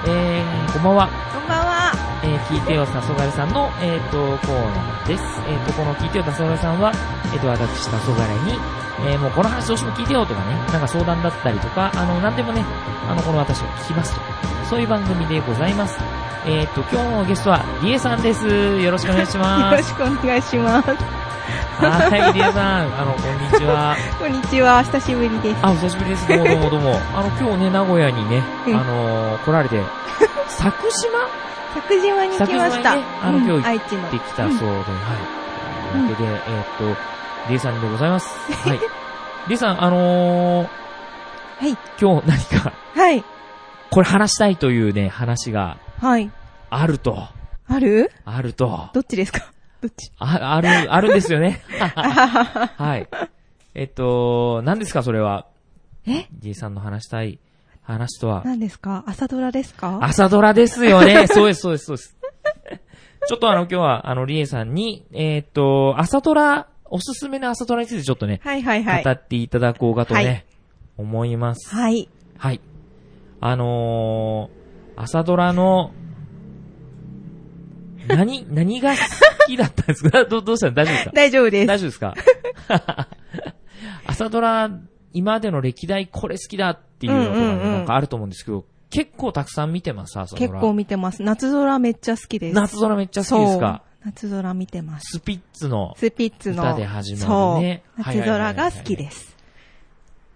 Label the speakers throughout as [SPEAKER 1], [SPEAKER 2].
[SPEAKER 1] んばんは。
[SPEAKER 2] こんばんは。
[SPEAKER 1] えー、聞いてよ、たそがれさんの、えっ、と、コーナーです。えっ、と、この聞いてよ、たそがれさんは、えっ、と、私、たそがれに、えーもうこの話どうしても聞いてよとかね、なんか相談だったりとか、あの、なんでもね、あの、この私が聞きますと。そういう番組でございます。えっ、と、今日のゲストは、りえさんです。よろしくお願いし
[SPEAKER 2] よ
[SPEAKER 1] ま
[SPEAKER 2] ろ
[SPEAKER 1] す。
[SPEAKER 2] しくお願いします。
[SPEAKER 1] はい、りえさん。あの、こんにち は。
[SPEAKER 2] こんにちは。久しぶりです。
[SPEAKER 1] あ、お久しぶりです。どうもどうもどうも。あの、今日ね、名古屋にね、
[SPEAKER 2] うん
[SPEAKER 1] あのー来られて、 佐久島
[SPEAKER 2] 作島に来ました。
[SPEAKER 1] 作島にねあの
[SPEAKER 2] うん
[SPEAKER 1] 今日
[SPEAKER 2] 愛知の。
[SPEAKER 1] ってきたそうで、はい。というわけで、えーっと、りえさんでござい ます。はい。りえさん、あのー、
[SPEAKER 2] はい。
[SPEAKER 1] 今日何か、
[SPEAKER 2] はい。
[SPEAKER 1] これ話したいというね、話が
[SPEAKER 2] はい。
[SPEAKER 1] あると、
[SPEAKER 2] ある
[SPEAKER 1] あると、あ
[SPEAKER 2] どっちですかどっち
[SPEAKER 1] ある、あるんですよ ね。
[SPEAKER 2] あははは
[SPEAKER 1] はい。えっと、何ですか、それは。
[SPEAKER 2] え
[SPEAKER 1] りえさんの話したい話とは。
[SPEAKER 2] 何ですか朝ドラですか
[SPEAKER 1] 朝ドラですよ ね。そうです、そうです、そうです。ちょっとあの、今日は、あの、りえさんに、えーっと、朝ドラ、おすすめの朝ドラについてちょっとね、
[SPEAKER 2] はいはいはい
[SPEAKER 1] 語。っていただこうかとね、
[SPEAKER 2] はい
[SPEAKER 1] 思います。
[SPEAKER 2] はい。
[SPEAKER 1] はい。あのー、朝ドラの、 何、何が好きだったんですか どどうしたの大丈夫ですか
[SPEAKER 2] 大丈夫です。
[SPEAKER 1] 大丈夫ですか 朝ドラ、今までの歴代これ好きだっていうのとかね、
[SPEAKER 2] うんうんうん
[SPEAKER 1] なんかあると思うんですけど、結構たくさん見てます、朝ドラ。
[SPEAKER 2] 結構見てます。夏空めっちゃ好きです。
[SPEAKER 1] 夏ドラめっちゃ好きですか
[SPEAKER 2] そう夏空見てます。
[SPEAKER 1] スピッツの
[SPEAKER 2] スピッツの。
[SPEAKER 1] 歌で始ま
[SPEAKER 2] そ
[SPEAKER 1] る
[SPEAKER 2] う。
[SPEAKER 1] ね。はい
[SPEAKER 2] 夏
[SPEAKER 1] はいはいは
[SPEAKER 2] 空
[SPEAKER 1] い
[SPEAKER 2] が好きです。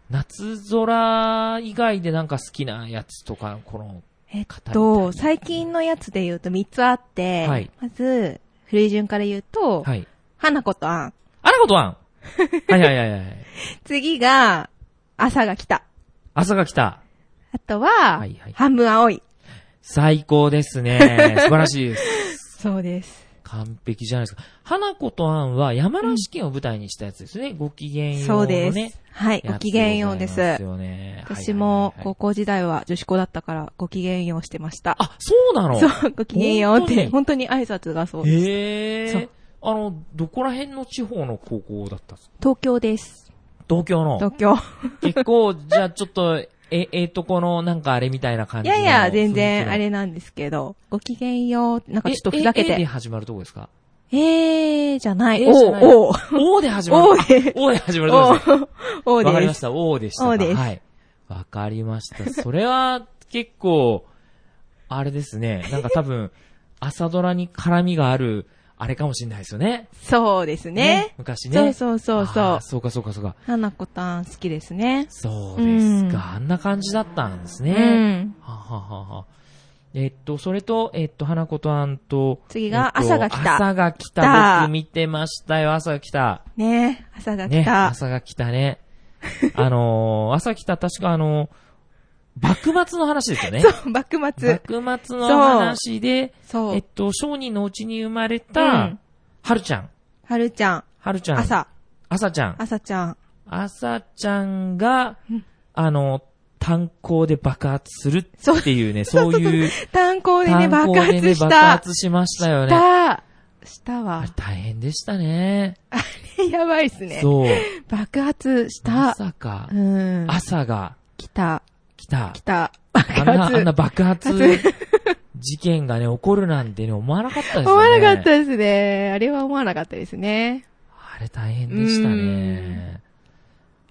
[SPEAKER 1] 夏空以外でなんか好きなやつとか、この、
[SPEAKER 2] えっ
[SPEAKER 1] 語
[SPEAKER 2] と、最近のやつで言うと3つあって、
[SPEAKER 1] はい
[SPEAKER 2] まず、古い順から言うと、
[SPEAKER 1] はい。
[SPEAKER 2] 花子とアン。
[SPEAKER 1] あらことワ ンはいはいはいはい。
[SPEAKER 2] 次が、朝が来た。
[SPEAKER 1] 朝が来た。
[SPEAKER 2] あとは、
[SPEAKER 1] はいはい
[SPEAKER 2] 半分青い。
[SPEAKER 1] 最高です ね。素晴らしいです。
[SPEAKER 2] そうです。
[SPEAKER 1] 完璧じゃないですか。花子とアンは山梨県を舞台にしたやつですね。ご機嫌よ
[SPEAKER 2] そう
[SPEAKER 1] の
[SPEAKER 2] うで
[SPEAKER 1] ね
[SPEAKER 2] す。。はい、ご機嫌ようで
[SPEAKER 1] やつ
[SPEAKER 2] す。
[SPEAKER 1] ございまよね
[SPEAKER 2] 私も
[SPEAKER 1] はいはいはいは
[SPEAKER 2] 高
[SPEAKER 1] い
[SPEAKER 2] 校時代は女子校だったからご機嫌ようしてました。
[SPEAKER 1] あ、そうなの
[SPEAKER 2] そう、ご機嫌ようっ
[SPEAKER 1] 本当
[SPEAKER 2] て、
[SPEAKER 1] に
[SPEAKER 2] 本当に挨拶がそう。
[SPEAKER 1] へ
[SPEAKER 2] そ
[SPEAKER 1] え
[SPEAKER 2] う。
[SPEAKER 1] あの、どこら辺の地方の高校だったんですか
[SPEAKER 2] 東京です。
[SPEAKER 1] 東京の。
[SPEAKER 2] 東京。
[SPEAKER 1] 結構、じゃあちょっと、え、ええとこの、なんかあれみたいな感
[SPEAKER 2] い
[SPEAKER 1] じの
[SPEAKER 2] やいや、全然
[SPEAKER 1] 雰囲気の
[SPEAKER 2] あれなんですけど、ご機嫌よう、なんか
[SPEAKER 1] え
[SPEAKER 2] ちょっとふざけ
[SPEAKER 1] ええで
[SPEAKER 2] て。
[SPEAKER 1] 始まるとこですか
[SPEAKER 2] えー、じゃない。
[SPEAKER 1] え
[SPEAKER 2] お
[SPEAKER 1] ーじゃないう
[SPEAKER 2] おう
[SPEAKER 1] おーで始まる。
[SPEAKER 2] お うで
[SPEAKER 1] おーで始まるとこ
[SPEAKER 2] お
[SPEAKER 1] ですね。
[SPEAKER 2] うおう
[SPEAKER 1] わかり
[SPEAKER 2] で
[SPEAKER 1] まし
[SPEAKER 2] す。
[SPEAKER 1] た。おーでしたか。
[SPEAKER 2] おーです
[SPEAKER 1] はい。わかりました。それは、結構、あれですね。なんか多 分、朝ドラに絡みがある、あれかもしれないですよね。
[SPEAKER 2] そうですね。
[SPEAKER 1] 昔
[SPEAKER 2] そう
[SPEAKER 1] ね。
[SPEAKER 2] そうそうそ
[SPEAKER 1] あー
[SPEAKER 2] う。
[SPEAKER 1] そうかそうかそうか。
[SPEAKER 2] 花子たん好きですね。
[SPEAKER 1] そうです
[SPEAKER 2] うん
[SPEAKER 1] か。あんな感じだったんです
[SPEAKER 2] う
[SPEAKER 1] ね。
[SPEAKER 2] ん。
[SPEAKER 1] ははははえっと、それと、えっと、花子とあんと、
[SPEAKER 2] 次が
[SPEAKER 1] えっと
[SPEAKER 2] 朝が来た
[SPEAKER 1] 朝が来
[SPEAKER 2] 来
[SPEAKER 1] た。
[SPEAKER 2] た
[SPEAKER 1] 僕見てましたよ、朝が来た。
[SPEAKER 2] ねえ、朝が
[SPEAKER 1] ね
[SPEAKER 2] 来、た。
[SPEAKER 1] 朝が来たね。あのー、朝来た、確かあのー、幕末の話ですよね。
[SPEAKER 2] そう、幕末。
[SPEAKER 1] 幕末の話で、
[SPEAKER 2] そ
[SPEAKER 1] え
[SPEAKER 2] う
[SPEAKER 1] っ。と、商人のうちに生まれ
[SPEAKER 2] う
[SPEAKER 1] た
[SPEAKER 2] ん、
[SPEAKER 1] はるちゃん。
[SPEAKER 2] はるちゃん、
[SPEAKER 1] はるちゃん。。
[SPEAKER 2] 朝、
[SPEAKER 1] 朝ちゃん。
[SPEAKER 2] 朝ちゃん。
[SPEAKER 1] 朝ちゃんが
[SPEAKER 2] うん、
[SPEAKER 1] あの、炭鉱で爆発する
[SPEAKER 2] そう
[SPEAKER 1] っていうね、そういう、
[SPEAKER 2] 炭鉱でね、
[SPEAKER 1] 炭鉱
[SPEAKER 2] 爆
[SPEAKER 1] でね、
[SPEAKER 2] 発し
[SPEAKER 1] 爆
[SPEAKER 2] た。
[SPEAKER 1] 発しましたよ
[SPEAKER 2] し
[SPEAKER 1] ね。
[SPEAKER 2] た。した
[SPEAKER 1] あ
[SPEAKER 2] わ
[SPEAKER 1] れ。大変でしたね。
[SPEAKER 2] やばいっすね。
[SPEAKER 1] そう。
[SPEAKER 2] 爆発し
[SPEAKER 1] ま
[SPEAKER 2] た。
[SPEAKER 1] さか
[SPEAKER 2] う、ん。
[SPEAKER 1] 朝が
[SPEAKER 2] 来た、
[SPEAKER 1] 来た
[SPEAKER 2] 来。た。爆
[SPEAKER 1] あんな、あんな
[SPEAKER 2] 発。
[SPEAKER 1] 爆発
[SPEAKER 2] 爆
[SPEAKER 1] 事件がね、起こるなんてね、思わなかったですよね。
[SPEAKER 2] 思わなかったですね。あれは思わなかったですね。
[SPEAKER 1] あれ大変でした
[SPEAKER 2] う
[SPEAKER 1] ね
[SPEAKER 2] ん。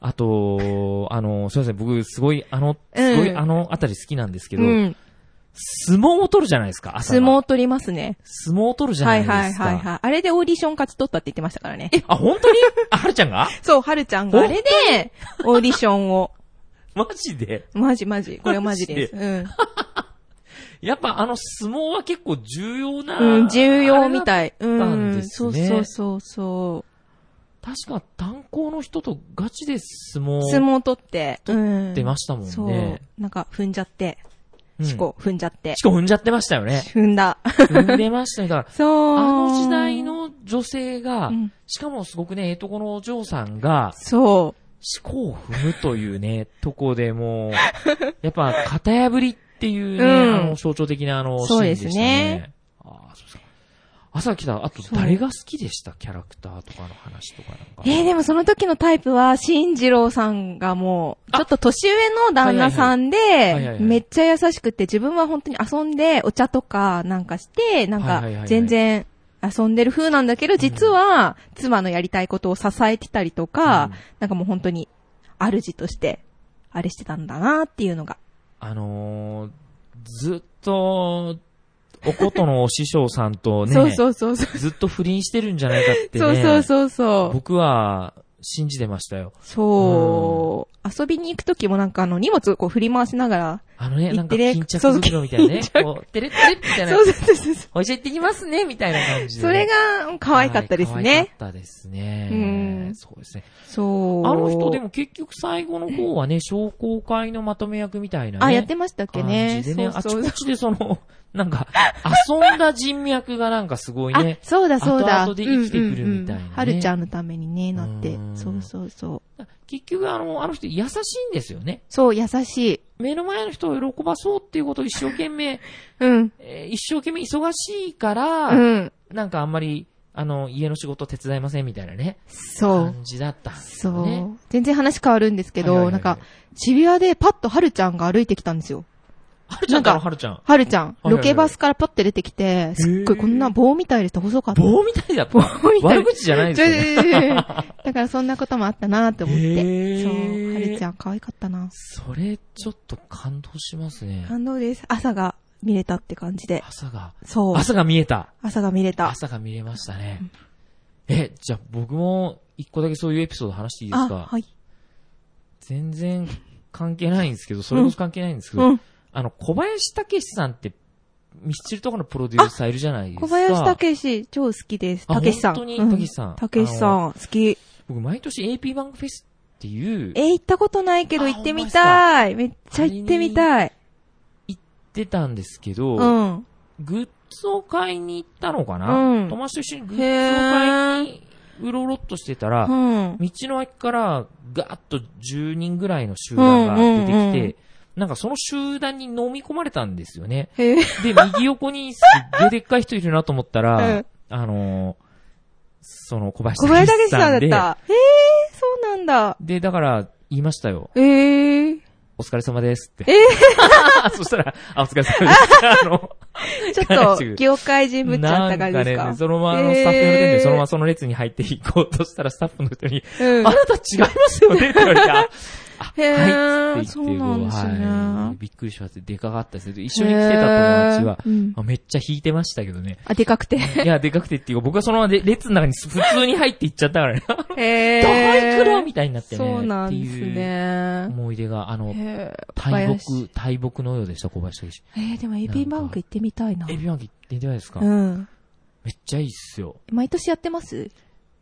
[SPEAKER 1] あと、あの、すいません、僕、すごい、あの、すごい、
[SPEAKER 2] うん
[SPEAKER 1] あのあたり好きなんですけど、
[SPEAKER 2] うん。
[SPEAKER 1] 相撲を取るじゃないですか、朝
[SPEAKER 2] 相
[SPEAKER 1] が。
[SPEAKER 2] 撲取りますね。
[SPEAKER 1] 相撲を取るじゃな
[SPEAKER 2] はいい
[SPEAKER 1] ですか。
[SPEAKER 2] はいはいはい。あれでオーディション勝ち取ったって言ってましたからね。
[SPEAKER 1] え、あ、本当にあはるちゃんが
[SPEAKER 2] そう、はるちゃんがあれで、オーディションを。
[SPEAKER 1] マジで
[SPEAKER 2] マジマジ。これマジです。うん。
[SPEAKER 1] やっぱあの相撲は結構重要な。
[SPEAKER 2] うん、重要み
[SPEAKER 1] い。
[SPEAKER 2] たい。う
[SPEAKER 1] たん
[SPEAKER 2] ん
[SPEAKER 1] で。す
[SPEAKER 2] そう
[SPEAKER 1] ね
[SPEAKER 2] そうそうそ
[SPEAKER 1] 確か炭鉱の人とガチで相撲
[SPEAKER 2] う。
[SPEAKER 1] を
[SPEAKER 2] 相撲取って、うん。
[SPEAKER 1] 出ましたもんね。
[SPEAKER 2] そう。なんか踏んじゃって、
[SPEAKER 1] うん
[SPEAKER 2] 四股踏んじゃって。
[SPEAKER 1] し。かも踏んじゃってましたよね
[SPEAKER 2] 踏んだ。
[SPEAKER 1] 踏んでましたよ。だから、
[SPEAKER 2] そう。
[SPEAKER 1] あの時代、の女性が、
[SPEAKER 2] うん
[SPEAKER 1] しかもすごくね、ええとこのお嬢さんが、
[SPEAKER 2] そ
[SPEAKER 1] 思考を踏むというね、とこでもう、やっぱ、型破りっていうね、
[SPEAKER 2] うん
[SPEAKER 1] あの、象徴的なあの、シ
[SPEAKER 2] そう
[SPEAKER 1] ーン
[SPEAKER 2] で
[SPEAKER 1] ですした
[SPEAKER 2] ね
[SPEAKER 1] ね。ああ、そうですか。朝来た、あと
[SPEAKER 2] そう
[SPEAKER 1] 誰が好きでしたキャラクターとかの話とかなんか。
[SPEAKER 2] えー、でもその時のタイプは、新次郎さんがもう、
[SPEAKER 1] あ
[SPEAKER 2] ちょっと年上の旦那さん
[SPEAKER 1] いはいは
[SPEAKER 2] で
[SPEAKER 1] い、
[SPEAKER 2] めっちゃ優しくて、自分は本当に遊んで、お茶とかなんかして、なん
[SPEAKER 1] はい
[SPEAKER 2] か
[SPEAKER 1] はいはいはい、
[SPEAKER 2] 全然遊んでる風なんだけど、実は、妻のやりたいことを支えてたりと
[SPEAKER 1] う
[SPEAKER 2] か
[SPEAKER 1] ん、
[SPEAKER 2] なんかもう本当に、主として、あれしてたんだなっていうのが。
[SPEAKER 1] あのー、ずっと、おことのお師匠さんとね、
[SPEAKER 2] そうそうそうそう。
[SPEAKER 1] ずっと不倫してるんじゃないかってね。
[SPEAKER 2] そうそうそうそう。
[SPEAKER 1] 僕は、信じてましたよ。
[SPEAKER 2] そう。遊びに行く時もなんかあの、荷物をこう振り回しながら、
[SPEAKER 1] あのね、
[SPEAKER 2] 言
[SPEAKER 1] な
[SPEAKER 2] っ
[SPEAKER 1] んか
[SPEAKER 2] てね
[SPEAKER 1] 巾着袋みたいなね。
[SPEAKER 2] そう
[SPEAKER 1] こう、てれってれみたいな
[SPEAKER 2] そ。うそうそうそう。
[SPEAKER 1] お医者行ってきますね、みたいな感じで。
[SPEAKER 2] それが可愛かったです
[SPEAKER 1] はい
[SPEAKER 2] ね。
[SPEAKER 1] 可愛かったですね。
[SPEAKER 2] うん
[SPEAKER 1] そうですね。
[SPEAKER 2] そう。
[SPEAKER 1] あの人でも結局最後の方はね、商工会のまとめ役みたいなね。
[SPEAKER 2] あ、やってましたっけね。
[SPEAKER 1] 感じでね、あ
[SPEAKER 2] そ
[SPEAKER 1] ち
[SPEAKER 2] うそう
[SPEAKER 1] こちでその、 なんか、遊んだ人脈がなんかすごい
[SPEAKER 2] あ
[SPEAKER 1] ね、。
[SPEAKER 2] そうだそうだ。
[SPEAKER 1] 後々で生きてくるみたいなね
[SPEAKER 2] うんうんうんはるちゃんのためにね、なって
[SPEAKER 1] う。ん
[SPEAKER 2] そうそうそう。
[SPEAKER 1] 結局あの、あの人優しいんですよね。
[SPEAKER 2] そう、優しい。
[SPEAKER 1] 目の前の人を喜ばそうっていうことを一生懸命、
[SPEAKER 2] うん。
[SPEAKER 1] えー一生懸命忙しいから、
[SPEAKER 2] うん。
[SPEAKER 1] なんかあんまり、あの、家の仕事手伝いませんみたいなね、
[SPEAKER 2] そう。
[SPEAKER 1] 感じだったんです
[SPEAKER 2] そ
[SPEAKER 1] よね。
[SPEAKER 2] う。全然話変わるんですけ
[SPEAKER 1] はいはい
[SPEAKER 2] ど、
[SPEAKER 1] はい
[SPEAKER 2] なんか、、渋谷でパッとはるちゃんが歩いてきたんですよ。
[SPEAKER 1] はるちゃんだ
[SPEAKER 2] な
[SPEAKER 1] ろ、
[SPEAKER 2] ん
[SPEAKER 1] はるちゃん。
[SPEAKER 2] はるちゃん。
[SPEAKER 1] はいはいはい
[SPEAKER 2] ロケバスからパッて出てきて、すっごいこんな棒みたいでした。細かった。
[SPEAKER 1] 棒みたいだ、棒
[SPEAKER 2] 棒みたい
[SPEAKER 1] 悪口じゃないですよね。
[SPEAKER 2] ちょちょ ちょちょだからそんなこともあったなって思っ
[SPEAKER 1] へ
[SPEAKER 2] て。
[SPEAKER 1] ー
[SPEAKER 2] そう。はるちゃん可愛かったな。
[SPEAKER 1] それ、ちょっと感動しますね。
[SPEAKER 2] 感動です。朝が見れたって感じで。
[SPEAKER 1] 朝が、
[SPEAKER 2] そう。
[SPEAKER 1] 朝が見えた。
[SPEAKER 2] 朝が見れた。
[SPEAKER 1] 朝が見れましたね。え、じゃあ僕も一個だけそういうエピソード話していいです
[SPEAKER 2] あ、
[SPEAKER 1] か
[SPEAKER 2] はい。
[SPEAKER 1] 全然関係ないんですけど、それこそ関係ないんですけ
[SPEAKER 2] う
[SPEAKER 1] ど、
[SPEAKER 2] ん。
[SPEAKER 1] あの、小林武史さんって、ミスチルとかのプロデューサーいるじゃないですか。
[SPEAKER 2] 小林武史、超好きです。
[SPEAKER 1] あ
[SPEAKER 2] 武史さん。
[SPEAKER 1] 本当に
[SPEAKER 2] うん
[SPEAKER 1] 武史さん
[SPEAKER 2] 武史
[SPEAKER 1] あ
[SPEAKER 2] さん、好き。
[SPEAKER 1] 僕毎年 AP バンクフェスっていう、
[SPEAKER 2] え、行ったことないけど
[SPEAKER 1] あ
[SPEAKER 2] 行ってみたい。めっちゃ行ってみたい。
[SPEAKER 1] 出たんですけ
[SPEAKER 2] う
[SPEAKER 1] ど、
[SPEAKER 2] ん。
[SPEAKER 1] グッズを買いに行ったのかな、
[SPEAKER 2] うん
[SPEAKER 1] 友達と一緒にグッズを買い
[SPEAKER 2] へぇ
[SPEAKER 1] に、うろうろっとしてたら、
[SPEAKER 2] うん。
[SPEAKER 1] 道の駅からガーッと10人ぐらいの集団が出てきて、
[SPEAKER 2] うんうんうん
[SPEAKER 1] なんかその集団に飲み込まれたんですよね。
[SPEAKER 2] へぇ
[SPEAKER 1] で、右横にすっげえでっかい人いるなと思ったら、
[SPEAKER 2] うん
[SPEAKER 1] あのーその小林
[SPEAKER 2] 小林武
[SPEAKER 1] 武
[SPEAKER 2] 史
[SPEAKER 1] 史
[SPEAKER 2] さんだ
[SPEAKER 1] さ
[SPEAKER 2] っ
[SPEAKER 1] んで、
[SPEAKER 2] た。へぇそうなんだ。
[SPEAKER 1] で、だから言いましたよ。
[SPEAKER 2] えぇ
[SPEAKER 1] お疲れ様ですって。 そしたら、あ、お疲れ様です。 あの、
[SPEAKER 2] ちょっと、業界人ぶっちゃっ
[SPEAKER 1] な
[SPEAKER 2] た
[SPEAKER 1] んか
[SPEAKER 2] 感じです
[SPEAKER 1] ね、
[SPEAKER 2] か
[SPEAKER 1] そのままあのスタッフの店で、そのままその列に入っていこうとしたら、スタッフの人に、
[SPEAKER 2] う
[SPEAKER 1] あ
[SPEAKER 2] ん。
[SPEAKER 1] なた違いますよ ねって言われて、あ
[SPEAKER 2] へ
[SPEAKER 1] はい、
[SPEAKER 2] ぇ
[SPEAKER 1] つって
[SPEAKER 2] そう
[SPEAKER 1] 言って、
[SPEAKER 2] なんです
[SPEAKER 1] はい
[SPEAKER 2] ね。
[SPEAKER 1] びっくりしました。でかかったです。一緒に来てた友達は
[SPEAKER 2] へー。うん
[SPEAKER 1] あめっちゃ引いてましたけどね。
[SPEAKER 2] あ、でかくて。
[SPEAKER 1] いや、でかくてっていうか、僕はそのままで列の中にす普通に入っていっちゃったからね。
[SPEAKER 2] へぇ
[SPEAKER 1] どこ行くのみたいになってね。
[SPEAKER 2] そうなんで
[SPEAKER 1] っ
[SPEAKER 2] す
[SPEAKER 1] ていう
[SPEAKER 2] ね。
[SPEAKER 1] 思い出が、あの、
[SPEAKER 2] へー
[SPEAKER 1] 大木、大木のようでした、小林選
[SPEAKER 2] えー、でも AP バンク行ってみたいな
[SPEAKER 1] 手。。エビマンキ出てないですか、
[SPEAKER 2] うん。
[SPEAKER 1] めっちゃいいっすよ。
[SPEAKER 2] 毎年やってます
[SPEAKER 1] えっ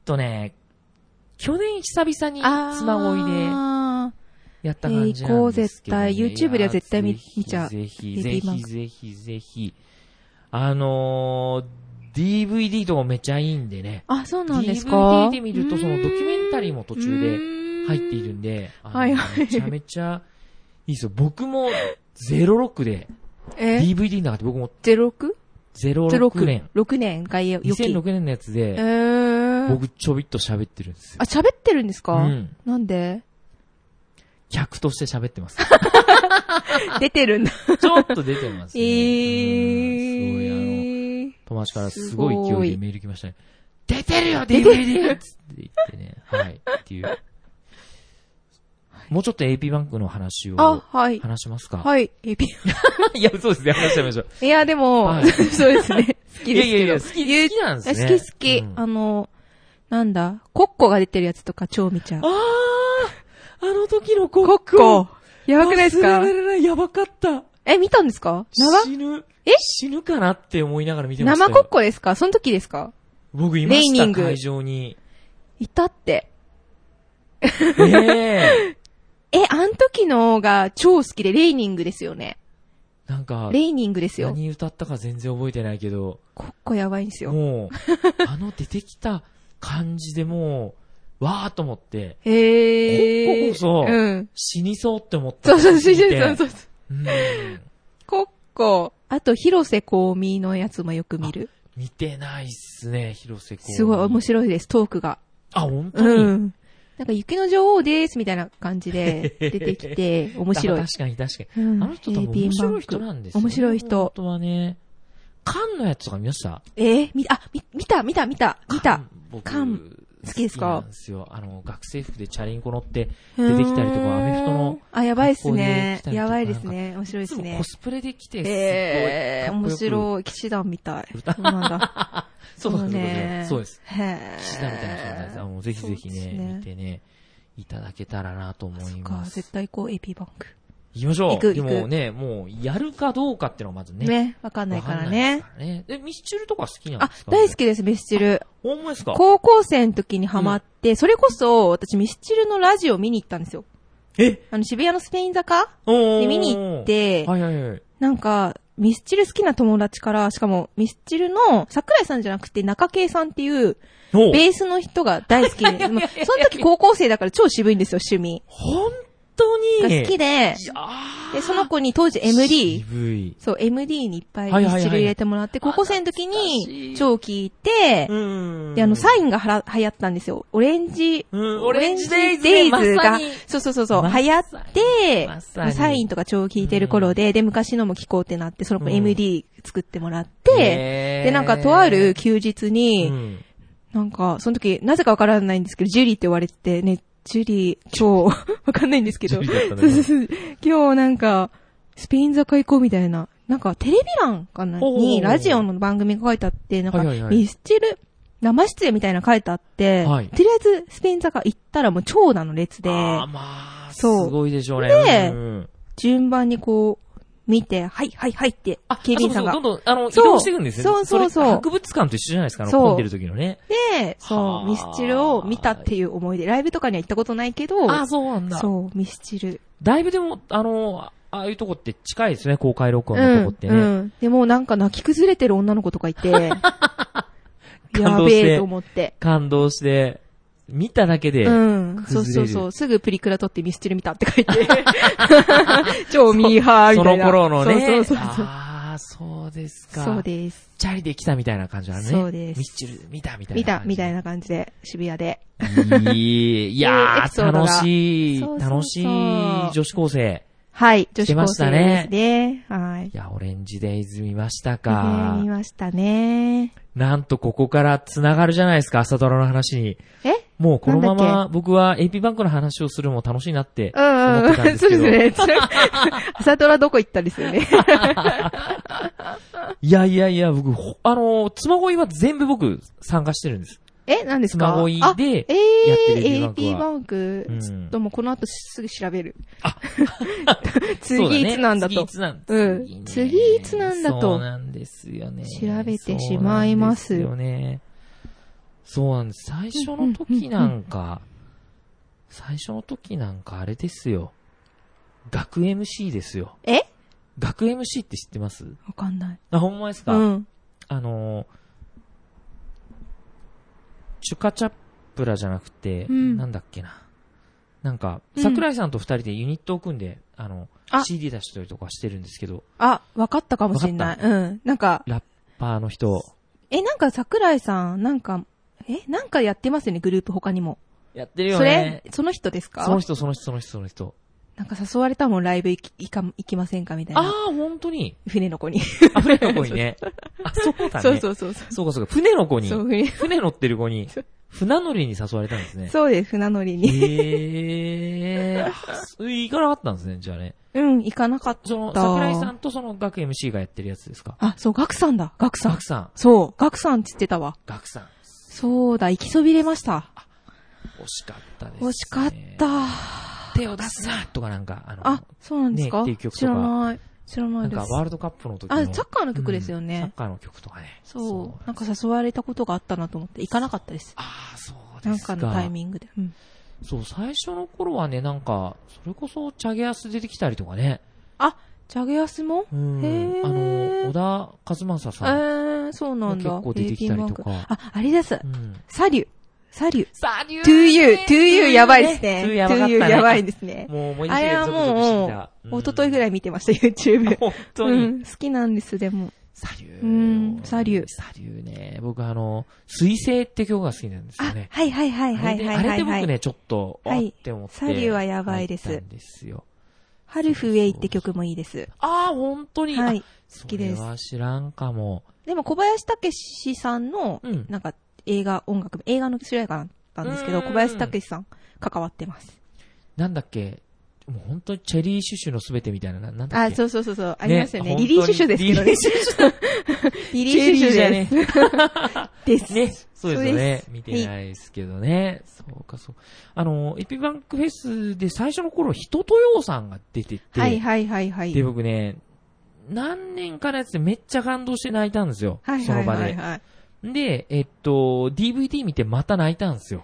[SPEAKER 1] とね、去年久々に
[SPEAKER 2] あー
[SPEAKER 1] つまごいでやった感じなんですけど、ね
[SPEAKER 2] えー行こう絶対 YouTube では絶対見見ちゃう
[SPEAKER 1] ぜひ、ぜ
[SPEAKER 2] ベビーマン
[SPEAKER 1] ひ、ぜひ、ぜひ。あのー、DVD とかめっちゃいいんでね。
[SPEAKER 2] あ、そうなんですか
[SPEAKER 1] DVD で見ると、そのドキュメンタリーも途中で
[SPEAKER 2] で
[SPEAKER 1] 入っているん
[SPEAKER 2] で。
[SPEAKER 1] で、あの
[SPEAKER 2] はいはい
[SPEAKER 1] めちゃめちゃいいですよ。僕も06で、
[SPEAKER 2] え
[SPEAKER 1] DVD の中で僕も
[SPEAKER 2] ?06?06
[SPEAKER 1] 06年、
[SPEAKER 2] 6年がよき。
[SPEAKER 1] 2006年のやつ
[SPEAKER 2] え
[SPEAKER 1] で、
[SPEAKER 2] ー。
[SPEAKER 1] 僕ちょびっと喋ってるんですよ。
[SPEAKER 2] あ、喋ってるんです
[SPEAKER 1] う
[SPEAKER 2] か
[SPEAKER 1] ん。
[SPEAKER 2] なんで
[SPEAKER 1] 客として喋ってます。
[SPEAKER 2] 出て るんだ。
[SPEAKER 1] ちょっと出てます
[SPEAKER 2] え
[SPEAKER 1] ね。うんすごい、あの、
[SPEAKER 2] ー。
[SPEAKER 1] 友達からすごい勢いでメール来ましたね。出てるよ、
[SPEAKER 2] 出てる
[SPEAKER 1] DVD! つって言ってね。はい。っていう。もうちょっと AP バンクの話を
[SPEAKER 2] あ、はい。
[SPEAKER 1] 話しますか。
[SPEAKER 2] はい。AP
[SPEAKER 1] いや、そうですね。話しちゃいましょう。
[SPEAKER 2] いや、でも、
[SPEAKER 1] はい
[SPEAKER 2] そうですね。好き
[SPEAKER 1] いや
[SPEAKER 2] ですけど。
[SPEAKER 1] いやいや、好き、好きなんですね。
[SPEAKER 2] 好き好き。
[SPEAKER 1] うんあ
[SPEAKER 2] あの、なんだ、コッコが出てるやつとか超見ちゃう。
[SPEAKER 1] ーあの時のコ
[SPEAKER 2] コッコやばくないです
[SPEAKER 1] 忘
[SPEAKER 2] か
[SPEAKER 1] れられない、やばかった。
[SPEAKER 2] え、見たんですか生
[SPEAKER 1] 死ぬ。
[SPEAKER 2] え
[SPEAKER 1] 死ぬかなって思いながら見てました
[SPEAKER 2] 生
[SPEAKER 1] よ。
[SPEAKER 2] コッコですかその時ですか
[SPEAKER 1] 僕いまし
[SPEAKER 2] レイ
[SPEAKER 1] た、
[SPEAKER 2] ニング
[SPEAKER 1] 会場 に。
[SPEAKER 2] いたって。
[SPEAKER 1] ええ。
[SPEAKER 2] え、あん時のが超好きで、レイニングですよね。
[SPEAKER 1] なんか、
[SPEAKER 2] レイニングですよ。
[SPEAKER 1] 何歌ったか全然覚えてないけど、
[SPEAKER 2] コッコやばいんですよ。
[SPEAKER 1] もう、あの出てきた感じでもう、わーっと思って、
[SPEAKER 2] へー。
[SPEAKER 1] コッコこそ
[SPEAKER 2] うん。
[SPEAKER 1] 死にそうって思って
[SPEAKER 2] そうそう、そう
[SPEAKER 1] 見て
[SPEAKER 2] そうそう。
[SPEAKER 1] うん
[SPEAKER 2] コッコ。あと、広瀬香美のやつもよく見る。
[SPEAKER 1] 見てないっすね、広瀬香美。
[SPEAKER 2] すごい面白いです、トークが。
[SPEAKER 1] あ、本当に、
[SPEAKER 2] うん。なんか雪の女王です、みたいな感じ で出てきて、面白い
[SPEAKER 1] あ。確かに確かに。
[SPEAKER 2] うん
[SPEAKER 1] あの人多分面白い人なんですよ、ね。
[SPEAKER 2] 面白い人
[SPEAKER 1] 本当はね、カンのやつとか見ました
[SPEAKER 2] えー、み、あ、み、見た、見た、見た、見た。。
[SPEAKER 1] 僕
[SPEAKER 2] カン好きですか
[SPEAKER 1] なんですよ。あの、学生服でチャリンコ乗って、 出てきたりとかアメフトの
[SPEAKER 2] あ、やばいっす
[SPEAKER 1] 学。校
[SPEAKER 2] ね
[SPEAKER 1] に来たりとか
[SPEAKER 2] やばいですね。面白い
[SPEAKER 1] い
[SPEAKER 2] で
[SPEAKER 1] つ
[SPEAKER 2] す
[SPEAKER 1] も
[SPEAKER 2] ね
[SPEAKER 1] コ。スプレで来て、
[SPEAKER 2] えー、面
[SPEAKER 1] い。
[SPEAKER 2] 白い。騎士団み たい。そうなんだ。
[SPEAKER 1] そうなんですそうです。
[SPEAKER 2] へー。
[SPEAKER 1] 岸田みたいな人なんです。あもうぜひぜひ
[SPEAKER 2] そう
[SPEAKER 1] ね
[SPEAKER 2] ですね
[SPEAKER 1] 見てね、いただけたらなと思
[SPEAKER 2] そ
[SPEAKER 1] い
[SPEAKER 2] っ
[SPEAKER 1] ま
[SPEAKER 2] か、
[SPEAKER 1] す。
[SPEAKER 2] 絶対行こう、AP バンク。
[SPEAKER 1] 行きましょう。
[SPEAKER 2] 行く
[SPEAKER 1] で
[SPEAKER 2] 行く
[SPEAKER 1] もね、もう、やるかどうかっていうのはまずね。
[SPEAKER 2] ね、わかんない
[SPEAKER 1] わ
[SPEAKER 2] から
[SPEAKER 1] んない
[SPEAKER 2] ね
[SPEAKER 1] で。すからね。え、ミスチルとか好きなん
[SPEAKER 2] あ
[SPEAKER 1] です、か
[SPEAKER 2] 大好。きです、ミスチル。
[SPEAKER 1] ほんまですか
[SPEAKER 2] 高校生の時にハマって、それこそ、私、ミスチルのラジオ見に行ったんですよ。
[SPEAKER 1] え
[SPEAKER 2] あの、渋谷のスペイン坂
[SPEAKER 1] お
[SPEAKER 2] で
[SPEAKER 1] ー
[SPEAKER 2] 見に行っ。て、
[SPEAKER 1] はいはいはい。
[SPEAKER 2] なんか、ミスチル好きな友達から、しかも、ミスチルの桜井さんじゃなくて中圭さんっていう、
[SPEAKER 1] お
[SPEAKER 2] ベースの人が大好 きで、もうその時高校生だから超渋いんですよ、趣味。
[SPEAKER 1] 本当
[SPEAKER 2] が
[SPEAKER 1] に
[SPEAKER 2] 好き
[SPEAKER 1] で。
[SPEAKER 2] で、
[SPEAKER 1] いやー
[SPEAKER 2] で、その子に当時 MD、
[SPEAKER 1] 渋い。
[SPEAKER 2] そう、MD にいっぱ
[SPEAKER 1] はい
[SPEAKER 2] いミ
[SPEAKER 1] はいはい
[SPEAKER 2] スチル入れてもらって、高校生の時
[SPEAKER 1] 懐かし
[SPEAKER 2] に
[SPEAKER 1] い
[SPEAKER 2] 超聞いて、
[SPEAKER 1] うん。
[SPEAKER 2] で、あの、サ
[SPEAKER 1] イ
[SPEAKER 2] インがはら流行ったんですよ。オレンジ、
[SPEAKER 1] うん、オレンジデイズね、
[SPEAKER 2] オレンジデイズ
[SPEAKER 1] まさ
[SPEAKER 2] が
[SPEAKER 1] に、
[SPEAKER 2] そうそうそう、そう
[SPEAKER 1] まさに
[SPEAKER 2] 流行って、
[SPEAKER 1] まさに
[SPEAKER 2] サインとか超聞いてる頃で、で、昔のも聞こうってなって、その子
[SPEAKER 1] うん
[SPEAKER 2] MD 作ってもらって、で、なんかとある休日
[SPEAKER 1] に
[SPEAKER 2] に、なんか、その時、なぜかわからないんですけど、ジュリーって言われてて、ね、ジュリー、今日、 わかんないんですけど、
[SPEAKER 1] ジュリーだったね
[SPEAKER 2] そうそうそう今日なんか、スペイン坂行こうみたいな、なんかテレビ欄かな
[SPEAKER 1] おうおうおう
[SPEAKER 2] に、ラジオの番組が書いてあって、なんか、
[SPEAKER 1] はいはいはい
[SPEAKER 2] ミスチル、生出演みたいなの書いてあって、
[SPEAKER 1] はい
[SPEAKER 2] とりあえずスペイン坂行ったらもう長蛇の列で、
[SPEAKER 1] あーまあ、す
[SPEAKER 2] そう
[SPEAKER 1] ごいでしょうね。
[SPEAKER 2] で
[SPEAKER 1] うん
[SPEAKER 2] 順番にこう、見て、はいはいはいって
[SPEAKER 1] あ、、
[SPEAKER 2] 警備員さんが
[SPEAKER 1] そうそうど。んどん、あの、移
[SPEAKER 2] そう
[SPEAKER 1] 動していくんですよね。
[SPEAKER 2] そうそうそう
[SPEAKER 1] れ博物館と一緒じゃないですか、あの、
[SPEAKER 2] そう
[SPEAKER 1] 混んでる時のね。
[SPEAKER 2] で、
[SPEAKER 1] は
[SPEAKER 2] そう、
[SPEAKER 1] あ
[SPEAKER 2] ミスチルを見たっていう思い出。ライブとかには行ったことないけど、
[SPEAKER 1] あ、そうなんだ。
[SPEAKER 2] そう、ミスチル。
[SPEAKER 1] だいぶでも、あの、あああいうとこって近いですね、公開録音のとこって
[SPEAKER 2] うん
[SPEAKER 1] ね。
[SPEAKER 2] うん。でもなんか泣き崩れてる女の子とかい て、や
[SPEAKER 1] 動
[SPEAKER 2] べ
[SPEAKER 1] して
[SPEAKER 2] えと思って。
[SPEAKER 1] 感動して、見ただけで、
[SPEAKER 2] うん。そ
[SPEAKER 1] 崩
[SPEAKER 2] う
[SPEAKER 1] れ
[SPEAKER 2] そう
[SPEAKER 1] る
[SPEAKER 2] そう。すぐプリクラ撮ってミスチル見たって書いて。 超ミーハーみ
[SPEAKER 1] そ
[SPEAKER 2] た
[SPEAKER 1] の
[SPEAKER 2] いな。
[SPEAKER 1] 頃のね。
[SPEAKER 2] そうそうそう
[SPEAKER 1] ああ、そうです
[SPEAKER 2] そ
[SPEAKER 1] か。
[SPEAKER 2] う。そうです。
[SPEAKER 1] チャリで来たみたいな感じあるね。
[SPEAKER 2] そうです
[SPEAKER 1] ミッチェル、見たみたいな。
[SPEAKER 2] 見た、みたい
[SPEAKER 1] な
[SPEAKER 2] な感じで、渋谷で。
[SPEAKER 1] 感じ。いい。いや
[SPEAKER 2] エピソー
[SPEAKER 1] ー、
[SPEAKER 2] ドが
[SPEAKER 1] 楽しい、
[SPEAKER 2] そうそうそう
[SPEAKER 1] 楽しい女子高生。
[SPEAKER 2] はい、女
[SPEAKER 1] して
[SPEAKER 2] 子
[SPEAKER 1] ま
[SPEAKER 2] 高
[SPEAKER 1] した
[SPEAKER 2] 生
[SPEAKER 1] ね
[SPEAKER 2] ですね。はい
[SPEAKER 1] い。や、オレンジデイズ見ました
[SPEAKER 2] ね
[SPEAKER 1] か
[SPEAKER 2] 見。ましたね。
[SPEAKER 1] なんとここから繋がるじゃないですか、朝ドラの話に。
[SPEAKER 2] え
[SPEAKER 1] もうこのま
[SPEAKER 2] なんだ
[SPEAKER 1] ま僕は AP バンクの話をするのも楽しいなって
[SPEAKER 2] う
[SPEAKER 1] 思
[SPEAKER 2] ん
[SPEAKER 1] っ
[SPEAKER 2] う
[SPEAKER 1] てたんで
[SPEAKER 2] ん。
[SPEAKER 1] す
[SPEAKER 2] そう
[SPEAKER 1] けど。
[SPEAKER 2] ですね。 朝ドラどこ行ったんです よね。
[SPEAKER 1] いやいやいや、僕、ほあのー、妻恋は全部僕参加してるんです。
[SPEAKER 2] え、何ですか
[SPEAKER 1] 妻恋
[SPEAKER 2] あ
[SPEAKER 1] で
[SPEAKER 2] え
[SPEAKER 1] やってる
[SPEAKER 2] え
[SPEAKER 1] AP
[SPEAKER 2] AP バンク
[SPEAKER 1] う、ん
[SPEAKER 2] ちょっともうこの後すぐ調べる。
[SPEAKER 1] あそう
[SPEAKER 2] 次いつなんだ
[SPEAKER 1] 次
[SPEAKER 2] と
[SPEAKER 1] い。つなん
[SPEAKER 2] うん
[SPEAKER 1] ね
[SPEAKER 2] 次いつなんだと
[SPEAKER 1] そうなんですよね。
[SPEAKER 2] 調べてしまいま
[SPEAKER 1] そ
[SPEAKER 2] す
[SPEAKER 1] うなんですよね。そうなんです。最初の時なんか、最初の時なんかあれですよ。学 MC ですよ。
[SPEAKER 2] え
[SPEAKER 1] 学 MC って知ってます
[SPEAKER 2] わかんない。
[SPEAKER 1] あ、ほんまです
[SPEAKER 2] う
[SPEAKER 1] か、
[SPEAKER 2] ん。
[SPEAKER 1] あのー、チュカチャップラじゃなくて、
[SPEAKER 2] うん
[SPEAKER 1] なんだっけな。なんか、
[SPEAKER 2] うん
[SPEAKER 1] 桜井さんと二人でユニットを組んで、あの、
[SPEAKER 2] あ
[SPEAKER 1] CD 出したりとかしてるんですけど、
[SPEAKER 2] あ、わかったかもしれな
[SPEAKER 1] わ
[SPEAKER 2] い。
[SPEAKER 1] か
[SPEAKER 2] うん。なんか、
[SPEAKER 1] パーの人、
[SPEAKER 2] え、なんか桜井さん、なんか、え、なんかやってますよね、グループ他にも。
[SPEAKER 1] やってるよ
[SPEAKER 2] それ
[SPEAKER 1] ね。、
[SPEAKER 2] その人です
[SPEAKER 1] その
[SPEAKER 2] か
[SPEAKER 1] 人、その人、その人、その人。
[SPEAKER 2] なんか誘われたもん、ライブ行き、行か、行きませんかみたい
[SPEAKER 1] あ
[SPEAKER 2] な。
[SPEAKER 1] あー、本当に。
[SPEAKER 2] 船の子に。
[SPEAKER 1] あ、船の子に ね。あ、そうだね。
[SPEAKER 2] そうそうそうそう。
[SPEAKER 1] そうか、そうか。船の子に
[SPEAKER 2] そ。う船
[SPEAKER 1] 船乗ってる子に
[SPEAKER 2] そ、
[SPEAKER 1] 船乗りに誘われたんですね。
[SPEAKER 2] そうです、船乗りに。
[SPEAKER 1] へえ。あそう行かなかったんですね、じゃあね。
[SPEAKER 2] うん、行かなかっ
[SPEAKER 1] その、
[SPEAKER 2] た
[SPEAKER 1] 桜井さんとその学 MC がやってるやつですか。
[SPEAKER 2] た。あ、そう、ガクさんだ、ガクさん
[SPEAKER 1] 学。さん。
[SPEAKER 2] そう、ガクさんって言ってたわ。
[SPEAKER 1] 学さん。
[SPEAKER 2] そうだ、行きそびれました。
[SPEAKER 1] 惜しかったです、ね。
[SPEAKER 2] 惜しかった。。
[SPEAKER 1] 手を出すなとかなんか、あの、
[SPEAKER 2] あ、そうなんですか
[SPEAKER 1] ねっていう曲とか
[SPEAKER 2] 知らない。知らな
[SPEAKER 1] ないん
[SPEAKER 2] で
[SPEAKER 1] か
[SPEAKER 2] す。
[SPEAKER 1] ワールドカップの時の。
[SPEAKER 2] あ、サッカーの曲ですよ
[SPEAKER 1] うんサ
[SPEAKER 2] ね
[SPEAKER 1] ッ。カーの曲とかね。
[SPEAKER 2] そう。なんか誘われたことがあったなと思って、行かなかったです。
[SPEAKER 1] ああ、そう
[SPEAKER 2] な
[SPEAKER 1] で
[SPEAKER 2] ん
[SPEAKER 1] すか。
[SPEAKER 2] かのタイミングで。うん。
[SPEAKER 1] そう、最初の頃はね、なんか、それこそ、チャゲアス出てきたりとかね。
[SPEAKER 2] チャゲアスも
[SPEAKER 1] うん
[SPEAKER 2] へー
[SPEAKER 1] あの、小田和正
[SPEAKER 2] ええ
[SPEAKER 1] さん
[SPEAKER 2] ー、そうな
[SPEAKER 1] が
[SPEAKER 2] ん
[SPEAKER 1] 結
[SPEAKER 2] だ。
[SPEAKER 1] 構出てきたりと
[SPEAKER 2] AP バン
[SPEAKER 1] か。
[SPEAKER 2] ク。あ、あれです
[SPEAKER 1] う。ん。
[SPEAKER 2] サリュー。サリュー。
[SPEAKER 1] サリュ
[SPEAKER 2] 2U。2U やばいですね。
[SPEAKER 1] 2U やばかったね。
[SPEAKER 2] やばいですね。
[SPEAKER 1] もう思い出
[SPEAKER 2] あ
[SPEAKER 1] し
[SPEAKER 2] れ
[SPEAKER 1] て
[SPEAKER 2] は
[SPEAKER 1] ゾクゾクしてき
[SPEAKER 2] も
[SPEAKER 1] た。
[SPEAKER 2] う、一昨日
[SPEAKER 1] ら
[SPEAKER 2] ぐ
[SPEAKER 1] い。
[SPEAKER 2] らい見てました、YouTube。
[SPEAKER 1] 本当
[SPEAKER 2] う
[SPEAKER 1] に。
[SPEAKER 2] ん、好きなんです、でも。
[SPEAKER 1] サリュ
[SPEAKER 2] う
[SPEAKER 1] ー
[SPEAKER 2] ん。サリュー
[SPEAKER 1] サリューね。僕あの、水星って曲が好きなんですよ
[SPEAKER 2] あ
[SPEAKER 1] ね、。
[SPEAKER 2] はいはいはいは
[SPEAKER 1] あれ
[SPEAKER 2] い
[SPEAKER 1] で
[SPEAKER 2] はい。
[SPEAKER 1] あれで
[SPEAKER 2] は
[SPEAKER 1] 僕
[SPEAKER 2] い
[SPEAKER 1] ね、ちょっと、あ
[SPEAKER 2] はい
[SPEAKER 1] って思って。
[SPEAKER 2] サリューはやばいです
[SPEAKER 1] 入ったんですよ。
[SPEAKER 2] ハルフウェイって曲もいいです。
[SPEAKER 1] ああ、本当に。
[SPEAKER 2] はい。
[SPEAKER 1] 好
[SPEAKER 2] きです
[SPEAKER 1] それは知らんかも。
[SPEAKER 2] でも小林武史さんの、
[SPEAKER 1] うん。
[SPEAKER 2] なんか映画、音楽、映画の主題歌だったんですけ
[SPEAKER 1] う
[SPEAKER 2] ど、
[SPEAKER 1] ん
[SPEAKER 2] 小林武史さん関わってます。
[SPEAKER 1] なんだっけ、もう本当にチェリーシュシュのすべてみたいな、ななんだっ
[SPEAKER 2] あ、
[SPEAKER 1] け。
[SPEAKER 2] そうそうそうそう、ありますよね。
[SPEAKER 1] 本当に
[SPEAKER 2] リリー・シュシュですけどね。 リリー・シュシュで
[SPEAKER 1] チェリー
[SPEAKER 2] す。 です。
[SPEAKER 1] じゃね。ね。そうですよ
[SPEAKER 2] そう
[SPEAKER 1] ね
[SPEAKER 2] で。す
[SPEAKER 1] 見てないですけどね。そうか、そう。あの、エピバンクフェスで最初の頃、ヒトトヨさんが出てて、
[SPEAKER 2] はいはいはいはい。
[SPEAKER 1] で、僕ね、何年かのやつでめっちゃ感動して泣いたんですよ。
[SPEAKER 2] はい
[SPEAKER 1] そ
[SPEAKER 2] は
[SPEAKER 1] の
[SPEAKER 2] い
[SPEAKER 1] 場
[SPEAKER 2] はい
[SPEAKER 1] で。
[SPEAKER 2] はい。
[SPEAKER 1] で、えっと、DVD 見てまた泣いたんですよ。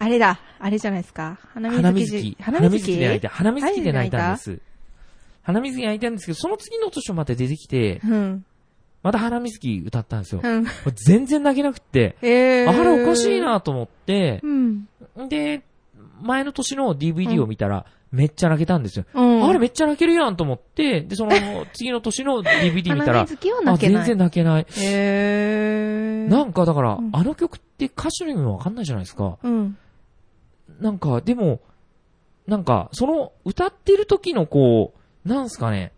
[SPEAKER 2] あれだ、あれじゃないですか。花
[SPEAKER 1] 花
[SPEAKER 2] 水
[SPEAKER 1] 水木。
[SPEAKER 2] 木じ。花水
[SPEAKER 1] で泣い
[SPEAKER 2] 木
[SPEAKER 1] た。花水木で泣いたんです。花水木で泣いたんですけど、その次の年もまた出てきて、
[SPEAKER 2] うん。
[SPEAKER 1] また花水木歌ったんですよ。
[SPEAKER 2] うん。
[SPEAKER 1] これ全然泣けなくって、
[SPEAKER 2] えー。
[SPEAKER 1] あれおかしい。なと思って、
[SPEAKER 2] うん。
[SPEAKER 1] で、前の年の DVD を見たら、めっちゃ泣けたんですよ。
[SPEAKER 2] うん。
[SPEAKER 1] あれめっちゃ泣けるやんと思って、で、その次の年の DVD 見た
[SPEAKER 2] 花
[SPEAKER 1] ら、
[SPEAKER 2] 水木は
[SPEAKER 1] あ、
[SPEAKER 2] 泣け
[SPEAKER 1] 全
[SPEAKER 2] ない。
[SPEAKER 1] 然泣けない。
[SPEAKER 2] えー。
[SPEAKER 1] なんかだから
[SPEAKER 2] うん、
[SPEAKER 1] あの曲って歌手の意味もわかんないじゃないですか。
[SPEAKER 2] うん。
[SPEAKER 1] なんか、でも、なんか、その、歌ってる時のこう、なんすかね、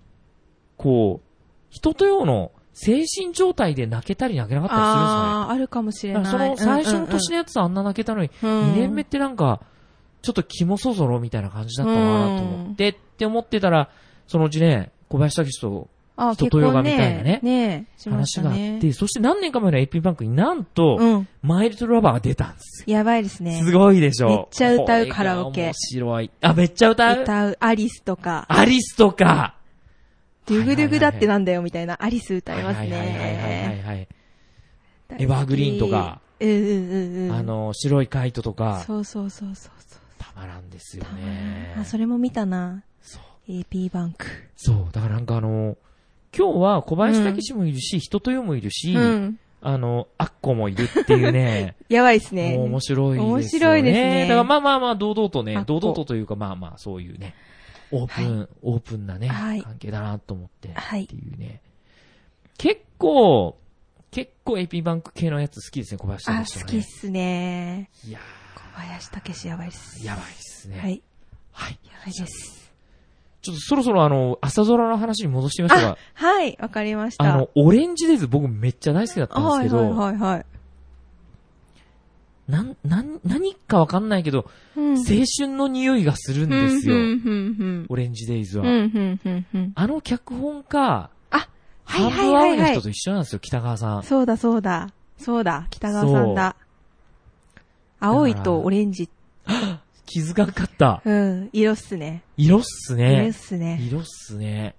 [SPEAKER 1] こう、人とようの精神状態で泣けたり泣けなかったりするんですかね。
[SPEAKER 2] あー、あるかもしれ
[SPEAKER 1] だ
[SPEAKER 2] な
[SPEAKER 1] か
[SPEAKER 2] い。
[SPEAKER 1] らその最初の年のやつはあんな泣けたのに、
[SPEAKER 2] うんうん、
[SPEAKER 1] 2年目ってなんか、ちょっとキモそぞろみたいな感じだったなと思って、って思ってたら、そのうちね、小林武史と
[SPEAKER 2] あ
[SPEAKER 1] 人とヨガみたいなね
[SPEAKER 2] 結婚ねえ、しまし
[SPEAKER 1] 話
[SPEAKER 2] た
[SPEAKER 1] があって、
[SPEAKER 2] ね。
[SPEAKER 1] そして何年か前の AP バンクになんと、
[SPEAKER 2] うん。
[SPEAKER 1] マイルドラバーが出たんですよ。
[SPEAKER 2] やばいですね。
[SPEAKER 1] すごいでしょ。
[SPEAKER 2] めっちゃ歌うカラオ
[SPEAKER 1] こ
[SPEAKER 2] ケ
[SPEAKER 1] れが面白い。あ、めっちゃ歌う
[SPEAKER 2] 歌う、アリスとか、
[SPEAKER 1] アリスとか。
[SPEAKER 2] ドゥグドゥグだって
[SPEAKER 1] な
[SPEAKER 2] なんだよみたいな、アリス歌います
[SPEAKER 1] はいはいはいはい
[SPEAKER 2] ね。
[SPEAKER 1] はいはい。
[SPEAKER 2] 大好き
[SPEAKER 1] エバーグリーンとか。
[SPEAKER 2] うんうんうんうん。
[SPEAKER 1] あ、の、白いカイトとか、
[SPEAKER 2] そうそうそうそうそう。
[SPEAKER 1] たまらんですよ
[SPEAKER 2] たまら
[SPEAKER 1] ね
[SPEAKER 2] ん。あ、それも見たな。
[SPEAKER 1] そう。
[SPEAKER 2] AP バンク。
[SPEAKER 1] そう、だからなんかあの、今日は小林武史もいるし、人とよもいるし、
[SPEAKER 2] うん。
[SPEAKER 1] あの、アッコもいるっていうね、
[SPEAKER 2] やばいです ね
[SPEAKER 1] もう。面白いですよね。
[SPEAKER 2] 面白いですね
[SPEAKER 1] だからまあまあまあ、堂々と
[SPEAKER 2] ア
[SPEAKER 1] ね
[SPEAKER 2] ッ、コ
[SPEAKER 1] 堂々とというかまあまあ、そういうね、オープン、オープンなね、
[SPEAKER 2] はい
[SPEAKER 1] 関係だなと思って、
[SPEAKER 2] はい
[SPEAKER 1] っていうね。結構、結構 AP バンク系のやつ好きですね、小林
[SPEAKER 2] あ、
[SPEAKER 1] 武史
[SPEAKER 2] 好
[SPEAKER 1] とか
[SPEAKER 2] きっ
[SPEAKER 1] ね。
[SPEAKER 2] すね。
[SPEAKER 1] いや
[SPEAKER 2] 小林武史やばいです。
[SPEAKER 1] ー、やばいっすね。
[SPEAKER 2] は。い。
[SPEAKER 1] はい。
[SPEAKER 2] やばいです。
[SPEAKER 1] ちょっとそろそろあの、朝ドラの話に戻してみましたが、
[SPEAKER 2] はい、わかりました。
[SPEAKER 1] あの、オレンジデイズ僕めっちゃ大好きだったんです
[SPEAKER 2] はい
[SPEAKER 1] けど、
[SPEAKER 2] はいはいはい。
[SPEAKER 1] なん、なん、何かわかんないけど、
[SPEAKER 2] うん
[SPEAKER 1] 青春の匂いがするんですよ。
[SPEAKER 2] うんうん
[SPEAKER 1] オレンジデイズ
[SPEAKER 2] うん
[SPEAKER 1] は。
[SPEAKER 2] うん。うんうんうんうん。
[SPEAKER 1] あの脚本家、
[SPEAKER 2] あ、はい
[SPEAKER 1] ハン
[SPEAKER 2] はい
[SPEAKER 1] ドアウェ
[SPEAKER 2] はい
[SPEAKER 1] イの
[SPEAKER 2] は
[SPEAKER 1] 人
[SPEAKER 2] い。
[SPEAKER 1] と一緒なんですよ、北川さん。
[SPEAKER 2] そうだそうだ。そうだ、北川さんだ。青いとオレンジ。
[SPEAKER 1] 気づかなかった。
[SPEAKER 2] うん、色っすね。
[SPEAKER 1] 色っす
[SPEAKER 2] 色っ
[SPEAKER 1] ね。
[SPEAKER 2] すね。
[SPEAKER 1] 色っすね。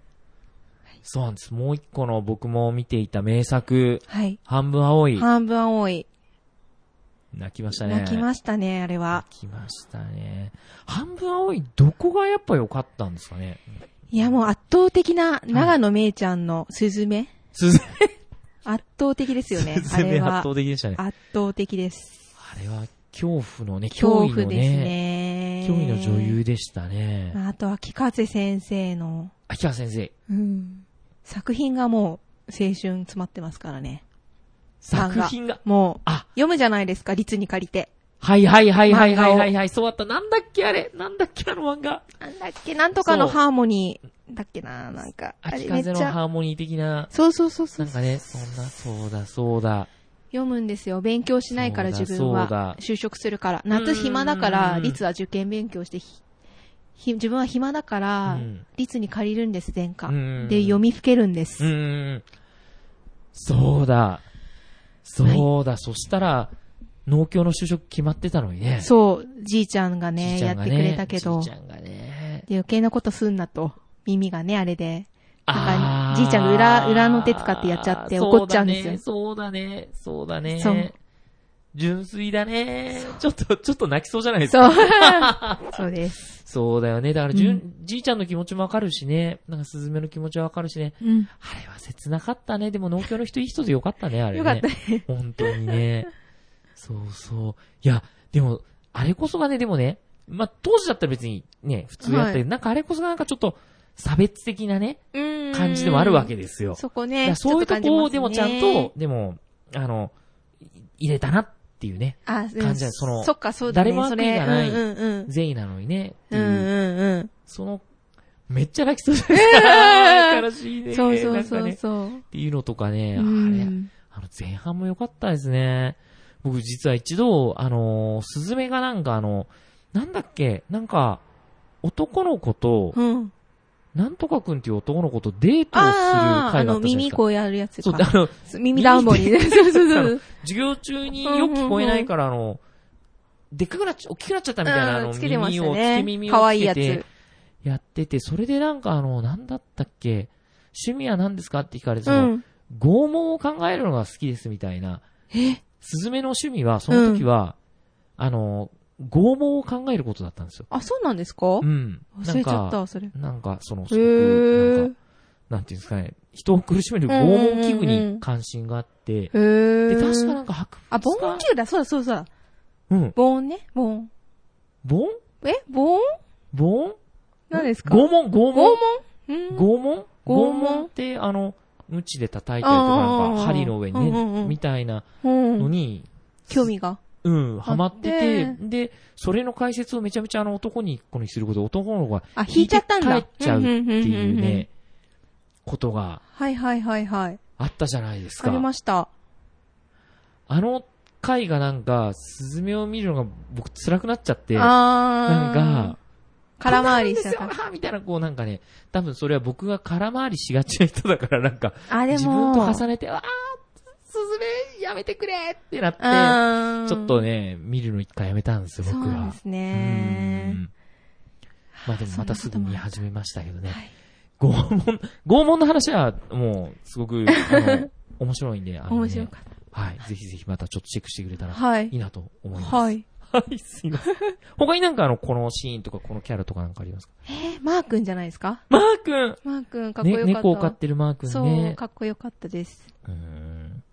[SPEAKER 1] そうなんです。もう一個の僕も見ていた名作、
[SPEAKER 2] はい。
[SPEAKER 1] 半分青い。
[SPEAKER 2] 半分青い。
[SPEAKER 1] 泣きましたね。
[SPEAKER 2] 泣き
[SPEAKER 1] し
[SPEAKER 2] ましたね、あれ
[SPEAKER 1] た
[SPEAKER 2] は。
[SPEAKER 1] 泣きましたね。半分青い、どこがやっぱ良かったんですかね。
[SPEAKER 2] いや、もう圧倒的な長野めいちゃんのスズメ。
[SPEAKER 1] 鈴、
[SPEAKER 2] 圧倒的ですよねあれ
[SPEAKER 1] 目圧
[SPEAKER 2] は。
[SPEAKER 1] 倒的でしたね。
[SPEAKER 2] 圧倒的です。
[SPEAKER 1] あれは恐怖のね、
[SPEAKER 2] 恐
[SPEAKER 1] 脅威
[SPEAKER 2] 怖
[SPEAKER 1] の
[SPEAKER 2] です
[SPEAKER 1] ね、
[SPEAKER 2] ね。
[SPEAKER 1] 脅威の女。優でしたね。
[SPEAKER 2] あとは、木風先生の、
[SPEAKER 1] 秋川先生、
[SPEAKER 2] うん、作品がもう青春詰まってますからね。漫
[SPEAKER 1] 作
[SPEAKER 2] 画
[SPEAKER 1] 品が、
[SPEAKER 2] もう
[SPEAKER 1] あ、
[SPEAKER 2] 読むじゃないですか、律に借りて。
[SPEAKER 1] はいはいはいはいはい
[SPEAKER 2] 漫画
[SPEAKER 1] は
[SPEAKER 2] を
[SPEAKER 1] いはい、そうだった。なんだっけあれなんだっけあの漫画。
[SPEAKER 2] なんだっけ、なんとかの
[SPEAKER 1] そう
[SPEAKER 2] ハーモニーだっけな、なんか。あれ
[SPEAKER 1] 秋
[SPEAKER 2] めっち
[SPEAKER 1] 風の
[SPEAKER 2] ゃ。
[SPEAKER 1] ハーモニー的な、
[SPEAKER 2] そうそうそうそ
[SPEAKER 1] な。
[SPEAKER 2] うん
[SPEAKER 1] かね、そんな、そうだそうだ。
[SPEAKER 2] 読むんですよ。勉強しないから
[SPEAKER 1] そうだ
[SPEAKER 2] 自分
[SPEAKER 1] そうだ
[SPEAKER 2] は。就職するから。夏暇だか
[SPEAKER 1] うんうん
[SPEAKER 2] ら、
[SPEAKER 1] うん
[SPEAKER 2] 律は受験勉強して、ひひ自分は暇だか
[SPEAKER 1] う
[SPEAKER 2] ら、
[SPEAKER 1] ん。
[SPEAKER 2] 律に借りるんです、前科
[SPEAKER 1] う。ん
[SPEAKER 2] で、読みふけるんで
[SPEAKER 1] う
[SPEAKER 2] す。
[SPEAKER 1] ん。そうだ。そうだ。そしたら、農協の就職決まってたのにね。
[SPEAKER 2] そう、じいちゃんが
[SPEAKER 1] じい
[SPEAKER 2] ね、
[SPEAKER 1] ちゃ
[SPEAKER 2] や
[SPEAKER 1] ん
[SPEAKER 2] っ
[SPEAKER 1] が
[SPEAKER 2] て
[SPEAKER 1] ね
[SPEAKER 2] くれたけど、
[SPEAKER 1] じいち
[SPEAKER 2] で
[SPEAKER 1] ゃんがね。
[SPEAKER 2] 余計なことすんなと。耳がね、あれで。
[SPEAKER 1] あ
[SPEAKER 2] な
[SPEAKER 1] ー
[SPEAKER 2] んかじいちゃんが裏裏の手使ってやっちゃって怒っちゃうんですよ
[SPEAKER 1] そうだね、そうだね。そ
[SPEAKER 2] そ
[SPEAKER 1] う
[SPEAKER 2] う
[SPEAKER 1] 純粋だね。ちょっと、ちょっと泣きそうじゃないですか。
[SPEAKER 2] そう。 そうです。
[SPEAKER 1] そうだよね。だから、じゅん
[SPEAKER 2] う
[SPEAKER 1] じいちゃんの気持ちもわかるしね。なんか、すずめの気持ちはわかるしね。
[SPEAKER 2] うん。
[SPEAKER 1] あれは切なかったね。でも、農協の人いい人でよかったね、あれ、ね。
[SPEAKER 2] よかったね。
[SPEAKER 1] 本当にね。そうそう。いや、でも、あれこそがね、でもね、まあ、当時だったら別にね、普通やったり、
[SPEAKER 2] は
[SPEAKER 1] なんかあれこそがなんかちょっと、差別的なね、
[SPEAKER 2] うん。
[SPEAKER 1] 感じでもあるわけですよ。
[SPEAKER 2] そこ
[SPEAKER 1] だ
[SPEAKER 2] ね
[SPEAKER 1] か。らそういうと
[SPEAKER 2] ょ
[SPEAKER 1] こ
[SPEAKER 2] っ
[SPEAKER 1] をで
[SPEAKER 2] 感
[SPEAKER 1] も
[SPEAKER 2] じ
[SPEAKER 1] ち
[SPEAKER 2] ま
[SPEAKER 1] ゃ
[SPEAKER 2] す
[SPEAKER 1] ん
[SPEAKER 2] ね
[SPEAKER 1] と、でも、あの、い入れたなっていうね、
[SPEAKER 2] あ、うん
[SPEAKER 1] 感じだその
[SPEAKER 2] そっか、そうだね。
[SPEAKER 1] 誰も悪意がない
[SPEAKER 2] それうんうん
[SPEAKER 1] 善意なのにね、って
[SPEAKER 2] う
[SPEAKER 1] い
[SPEAKER 2] ん。う
[SPEAKER 1] うん
[SPEAKER 2] うん
[SPEAKER 1] その、めっちゃ泣きそうじゃない ですか。悲しい
[SPEAKER 2] うん。
[SPEAKER 1] ね。
[SPEAKER 2] そうそう
[SPEAKER 1] な
[SPEAKER 2] そ
[SPEAKER 1] んか
[SPEAKER 2] う
[SPEAKER 1] ね。
[SPEAKER 2] そう。
[SPEAKER 1] っていうのとかね、
[SPEAKER 2] う
[SPEAKER 1] あれ、
[SPEAKER 2] ん
[SPEAKER 1] あの、前半も良かったですね。僕実は一度、あのー、スズメがなんかあの、なんだっけ、なんか、男の子と、
[SPEAKER 2] うん。
[SPEAKER 1] なんとかくんっていう男の子とデートをする
[SPEAKER 2] ああ、あ
[SPEAKER 1] 会があ
[SPEAKER 2] の、
[SPEAKER 1] ったじゃないです
[SPEAKER 2] 耳
[SPEAKER 1] か。
[SPEAKER 2] こうやるやつ
[SPEAKER 1] そう、
[SPEAKER 2] か。
[SPEAKER 1] あの、
[SPEAKER 2] 耳ダウンボにね。 そうそうそう。
[SPEAKER 1] 授業中によく聞こえないから、あの、でっかくなっちゃ、大きくなっちゃったみたいな、あ
[SPEAKER 2] う
[SPEAKER 1] の、
[SPEAKER 2] んつけてまし
[SPEAKER 1] 耳
[SPEAKER 2] た
[SPEAKER 1] を、つけ
[SPEAKER 2] ね。
[SPEAKER 1] 耳
[SPEAKER 2] か
[SPEAKER 1] を
[SPEAKER 2] わ
[SPEAKER 1] つ
[SPEAKER 2] いいや
[SPEAKER 1] け
[SPEAKER 2] つ。
[SPEAKER 1] てやってて、それでなんかあの、なんだったっけ、趣味は何ですかって聞かれて、そうの、
[SPEAKER 2] ん。
[SPEAKER 1] 拷問を考えるのが好きですみたいな。スズメの趣味は、その時は、あの、拷問を考えることだったんですよ。
[SPEAKER 2] あ、そうなんですか
[SPEAKER 1] うん。な
[SPEAKER 2] 忘
[SPEAKER 1] ん
[SPEAKER 2] れちゃ
[SPEAKER 1] か、
[SPEAKER 2] った、それ。へ
[SPEAKER 1] なんか、その、すごく、なん
[SPEAKER 2] ー
[SPEAKER 1] か、。なんていうんですかね、人を苦しめる拷問器具に関心があって、
[SPEAKER 2] へー。
[SPEAKER 1] で、確かなんか博
[SPEAKER 2] あ、
[SPEAKER 1] 物
[SPEAKER 2] ボーン
[SPEAKER 1] 館、
[SPEAKER 2] 球だ、そうだ、そうだそうだ。
[SPEAKER 1] うん。
[SPEAKER 2] ボーンね、ボーン。
[SPEAKER 1] ボン
[SPEAKER 2] えボーン
[SPEAKER 1] ボン
[SPEAKER 2] 何ですか
[SPEAKER 1] 拷問拷
[SPEAKER 2] 拷問
[SPEAKER 1] 問
[SPEAKER 2] うん。
[SPEAKER 1] 拷問
[SPEAKER 2] 拷
[SPEAKER 1] 拷
[SPEAKER 2] 問
[SPEAKER 1] 問って、あの、鞭で叩いたりとか、
[SPEAKER 2] あ
[SPEAKER 1] なん
[SPEAKER 2] ー
[SPEAKER 1] か、針の上に
[SPEAKER 2] うんうんう
[SPEAKER 1] ね、
[SPEAKER 2] ん
[SPEAKER 1] みたいな
[SPEAKER 2] う
[SPEAKER 1] の
[SPEAKER 2] ん。
[SPEAKER 1] に、
[SPEAKER 2] 興味が。
[SPEAKER 1] うん、ハマってて
[SPEAKER 2] あ、
[SPEAKER 1] で、それの解説をめちゃめちゃあの男に一個にすること、男の子がっ
[SPEAKER 2] あ、引いちゃったん
[SPEAKER 1] 引
[SPEAKER 2] だ。
[SPEAKER 1] いて帰っちゃうって
[SPEAKER 2] い
[SPEAKER 1] ていうね。、ことが
[SPEAKER 2] はいはいはいはい。
[SPEAKER 1] あったじゃないです
[SPEAKER 2] あ
[SPEAKER 1] か
[SPEAKER 2] り。ました。
[SPEAKER 1] あの回がなんか、スズメを見るのが僕辛くなっちゃって、なん
[SPEAKER 2] あー。
[SPEAKER 1] か、、
[SPEAKER 2] 空回り
[SPEAKER 1] で
[SPEAKER 2] しち
[SPEAKER 1] す
[SPEAKER 2] ゃっ
[SPEAKER 1] よ
[SPEAKER 2] た。
[SPEAKER 1] なみたいな、こうなんかね、多分それは僕が空回りしがちな人だから、なんか、
[SPEAKER 2] あ、でも。
[SPEAKER 1] 自分と重ねて、あー、スズメやめてくれってなって、
[SPEAKER 2] あー
[SPEAKER 1] ちょっとね、見るの一回やめたんですよ、
[SPEAKER 2] そう
[SPEAKER 1] 僕
[SPEAKER 2] な
[SPEAKER 1] は
[SPEAKER 2] んで。す
[SPEAKER 1] う
[SPEAKER 2] ね。
[SPEAKER 1] んまあでもまたすぐ見始めましたけどね。
[SPEAKER 2] はい
[SPEAKER 1] 拷問、 拷問の話はもうすご く、あの、面白いんで、あの、ね、
[SPEAKER 2] 面白かっ
[SPEAKER 1] はい。ぜひぜひまたちょっとチェックしてくれたら
[SPEAKER 2] た。はい
[SPEAKER 1] い。いなと思います。
[SPEAKER 2] はい。
[SPEAKER 1] はい、すいません。 他になんかあの、このシーンとかこのキャラとかなんかありますか
[SPEAKER 2] えー、マー君じゃないですか
[SPEAKER 1] マー君
[SPEAKER 2] マー君、かっこよかった。
[SPEAKER 1] ね、猫を飼ってるマー君
[SPEAKER 2] そう、
[SPEAKER 1] ね。
[SPEAKER 2] かっこよかったです。
[SPEAKER 1] うーん。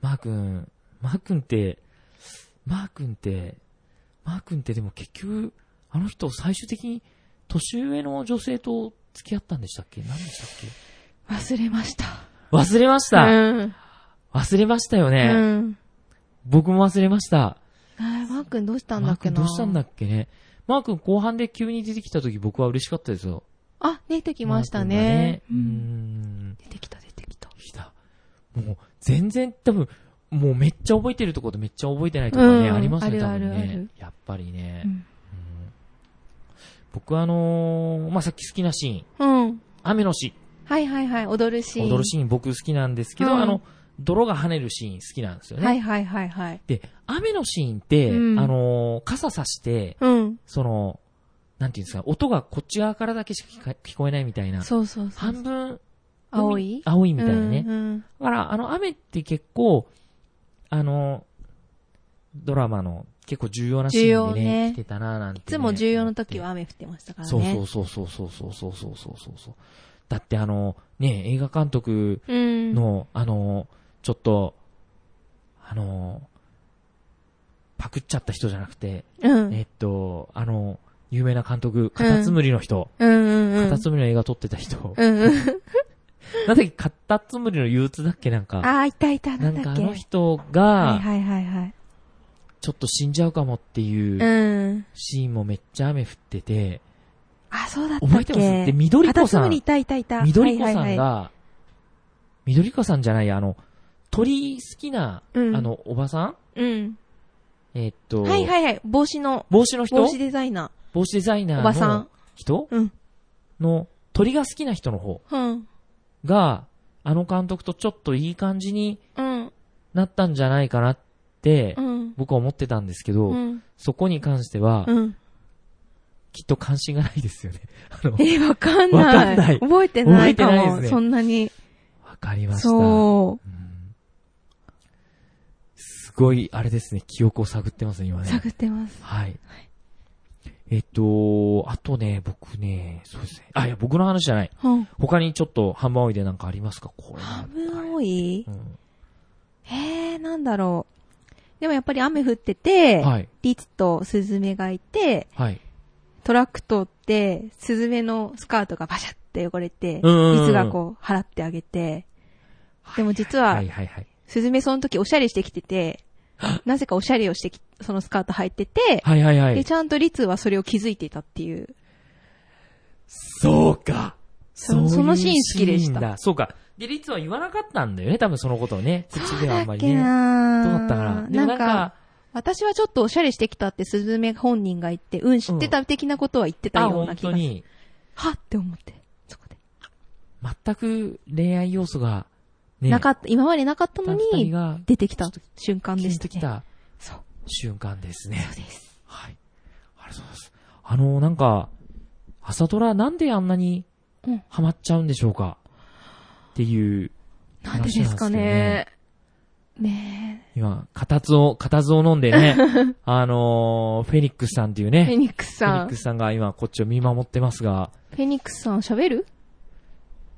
[SPEAKER 1] マー君、マー君って、マー君って、マー君ってでも結局、あの人最終的に年上の女性と付き合ったんでしたっけ何でしたっけ
[SPEAKER 2] 忘れました。
[SPEAKER 1] 忘れまし
[SPEAKER 2] う
[SPEAKER 1] た。
[SPEAKER 2] ん。
[SPEAKER 1] 忘れましたよ
[SPEAKER 2] う
[SPEAKER 1] ね。
[SPEAKER 2] ん。
[SPEAKER 1] 僕も忘れました。
[SPEAKER 2] あーマー君どうしたんだ
[SPEAKER 1] マー
[SPEAKER 2] っけ
[SPEAKER 1] 君
[SPEAKER 2] な
[SPEAKER 1] どうしたんだっけね。マー君後半で急に出てきた時僕は嬉しかったですよ。
[SPEAKER 2] あ、出てきましたね
[SPEAKER 1] マ。ー君がねうーん。
[SPEAKER 2] 出てきた、出てきた。
[SPEAKER 1] 来た。もう全然多分、もうめっちゃ覚えてるとことめっちゃ覚えてないとこね、
[SPEAKER 2] うん
[SPEAKER 1] ありますね、多
[SPEAKER 2] ある
[SPEAKER 1] 分
[SPEAKER 2] あるあ
[SPEAKER 1] ね
[SPEAKER 2] る。
[SPEAKER 1] やっぱりね。
[SPEAKER 2] うん
[SPEAKER 1] うん僕はあのーまあ、さっき好きなシーン、
[SPEAKER 2] うん。
[SPEAKER 1] 雨のシ
[SPEAKER 2] はいはいはい、踊るシ
[SPEAKER 1] ー
[SPEAKER 2] ー
[SPEAKER 1] ン、
[SPEAKER 2] ン。
[SPEAKER 1] 踊るシーン僕好きなんですけど、
[SPEAKER 2] うん
[SPEAKER 1] あの、泥が跳ねるシーン好きなんですよね。
[SPEAKER 2] はいはいはいはい。
[SPEAKER 1] で、雨のシーンって、
[SPEAKER 2] うん
[SPEAKER 1] あのー傘さして、
[SPEAKER 2] うん。
[SPEAKER 1] その、なんていうんですか、音がこっち側からだけしか聞か聞こえないみたいな。
[SPEAKER 2] そうそうそう。
[SPEAKER 1] 半分、
[SPEAKER 2] 青い
[SPEAKER 1] 青いみたいなね。
[SPEAKER 2] うんうん。
[SPEAKER 1] だから、あの、雨って結構、あの、ドラマの結構重要なシーンで
[SPEAKER 2] 重要
[SPEAKER 1] ね、
[SPEAKER 2] ね
[SPEAKER 1] 来てたななんて、
[SPEAKER 2] いつも重要な時は。雨降ってましたからね。
[SPEAKER 1] そうそうそうそうそうそうそうそうそうそうそう。だってあの、ね、映画監督
[SPEAKER 2] う。うん。
[SPEAKER 1] の、あの、ちょっと、あの、パクっちゃった人じゃなくて、
[SPEAKER 2] うん。
[SPEAKER 1] えっと、あの、有名な監督、カタツムリの人、
[SPEAKER 2] うんうんうん。
[SPEAKER 1] カタツムリの映画撮ってた人、
[SPEAKER 2] うんうん。
[SPEAKER 1] なんだっけ、カタツムリの憂鬱だっけなんか、
[SPEAKER 2] ああ、いたいた、な
[SPEAKER 1] なんん
[SPEAKER 2] だ
[SPEAKER 1] か
[SPEAKER 2] っ
[SPEAKER 1] あ
[SPEAKER 2] け。
[SPEAKER 1] の人
[SPEAKER 2] はい
[SPEAKER 1] が、
[SPEAKER 2] はいはいはい。
[SPEAKER 1] ちょっと死んじゃうかもっていうう
[SPEAKER 2] うん。
[SPEAKER 1] シーンもめっちゃ雨降ってて、
[SPEAKER 2] あ、そうだったっけ。
[SPEAKER 1] 覚えてますで、緑子
[SPEAKER 2] カタ
[SPEAKER 1] さ
[SPEAKER 2] ツムリい
[SPEAKER 1] ん、
[SPEAKER 2] たいたいた。
[SPEAKER 1] 緑子さ
[SPEAKER 2] はい
[SPEAKER 1] ん
[SPEAKER 2] はいは
[SPEAKER 1] が、緑子さんじゃない、あの、鳥好きな、
[SPEAKER 2] い、うん。
[SPEAKER 1] あ、の、おばさん
[SPEAKER 2] うん。
[SPEAKER 1] えっと、
[SPEAKER 2] はいはいはい。帽子の、
[SPEAKER 1] 帽子の人
[SPEAKER 2] 帽子デザイナ
[SPEAKER 1] 帽子デザイ
[SPEAKER 2] ー。
[SPEAKER 1] ナ
[SPEAKER 2] おば
[SPEAKER 1] ー
[SPEAKER 2] さ
[SPEAKER 1] の
[SPEAKER 2] ん。
[SPEAKER 1] 人
[SPEAKER 2] うん
[SPEAKER 1] の、鳥が好きな人の方
[SPEAKER 2] うん。
[SPEAKER 1] が、あの監督とちょっといい感じに
[SPEAKER 2] うん。
[SPEAKER 1] なったんじゃないかなって
[SPEAKER 2] う、ん。
[SPEAKER 1] 僕は思ってたんですけど、
[SPEAKER 2] うん。
[SPEAKER 1] そこに関しては、
[SPEAKER 2] うん。
[SPEAKER 1] きっと関心がないですよね。 あの、
[SPEAKER 2] えー、わかんない。
[SPEAKER 1] わかんない
[SPEAKER 2] 覚えてないか
[SPEAKER 1] 覚えてない
[SPEAKER 2] も。
[SPEAKER 1] ですね
[SPEAKER 2] そんなに。
[SPEAKER 1] わかりました。
[SPEAKER 2] そ
[SPEAKER 1] うんすごい、あれですね、記憶を探ってますね、今
[SPEAKER 2] う。
[SPEAKER 1] ね。
[SPEAKER 2] 探ってます。
[SPEAKER 1] はい。えっと、あとね、僕ね、そうですね。あ、いや、僕の話じゃない。
[SPEAKER 2] うん。
[SPEAKER 1] 他にちょっと、ハンバーオイでなんかありますかこれ。
[SPEAKER 2] 半分多い
[SPEAKER 1] うん
[SPEAKER 2] えー、なんだろう。でもやっぱり雨降ってて、
[SPEAKER 1] はい。
[SPEAKER 2] リツとスズメがいて、
[SPEAKER 1] はい。
[SPEAKER 2] トラック通って、スズメのスカートがバシャって汚れて、
[SPEAKER 1] うんうんうん
[SPEAKER 2] 水がこう、払ってあげて、でも実は
[SPEAKER 1] はい、はいはい。
[SPEAKER 2] スズメその時おしゃれしてき てて、なぜかおしゃれをしてき、そのスカート履いてて、
[SPEAKER 1] はいはいは
[SPEAKER 2] で、
[SPEAKER 1] い。
[SPEAKER 2] ちゃんとリツはそれを気づいていたっていう。
[SPEAKER 1] そうか。
[SPEAKER 2] そ
[SPEAKER 1] そういう
[SPEAKER 2] そのシーン好きでした
[SPEAKER 1] シーンだそうか。で、リツは言わなかったんだよね、多分そのことをね。口ではあんまり
[SPEAKER 2] そう
[SPEAKER 1] ね。
[SPEAKER 2] だっけな
[SPEAKER 1] どうだったかな。でも
[SPEAKER 2] な
[SPEAKER 1] なんん
[SPEAKER 2] か、
[SPEAKER 1] か、
[SPEAKER 2] 私はちょっとおしゃれしてきたってスズメ本人が言って、うん、知ってた的なことは言ってた
[SPEAKER 1] あ、
[SPEAKER 2] よう
[SPEAKER 1] 本
[SPEAKER 2] な気が
[SPEAKER 1] 当
[SPEAKER 2] する。
[SPEAKER 1] に、
[SPEAKER 2] はって思って、そこで。
[SPEAKER 1] 全く恋愛要素が、ね、
[SPEAKER 2] なかった、今までなかった
[SPEAKER 1] った
[SPEAKER 2] の
[SPEAKER 1] 二人
[SPEAKER 2] に、
[SPEAKER 1] が、
[SPEAKER 2] 出てきた瞬間で
[SPEAKER 1] 聞
[SPEAKER 2] し
[SPEAKER 1] い
[SPEAKER 2] た
[SPEAKER 1] てき
[SPEAKER 2] ね。
[SPEAKER 1] た
[SPEAKER 2] そう、
[SPEAKER 1] 瞬間ですね
[SPEAKER 2] そ。うです。
[SPEAKER 1] はい。ありがとうございます。あのー、なんか、朝ドラなんであんなに
[SPEAKER 2] うん
[SPEAKER 1] ハマっちゃうんでしょうか、っていう、
[SPEAKER 2] なんでですかね。ね
[SPEAKER 1] 今、固唾を、固唾を飲んで ね、あのー、フェニックスさんっていう
[SPEAKER 2] え。
[SPEAKER 1] ね、
[SPEAKER 2] フェニックス
[SPEAKER 1] フェ
[SPEAKER 2] さ
[SPEAKER 1] ニッ
[SPEAKER 2] ん。
[SPEAKER 1] ク
[SPEAKER 2] フ
[SPEAKER 1] スさんが今こっちを見守ってますが、
[SPEAKER 2] ェニックスさん喋る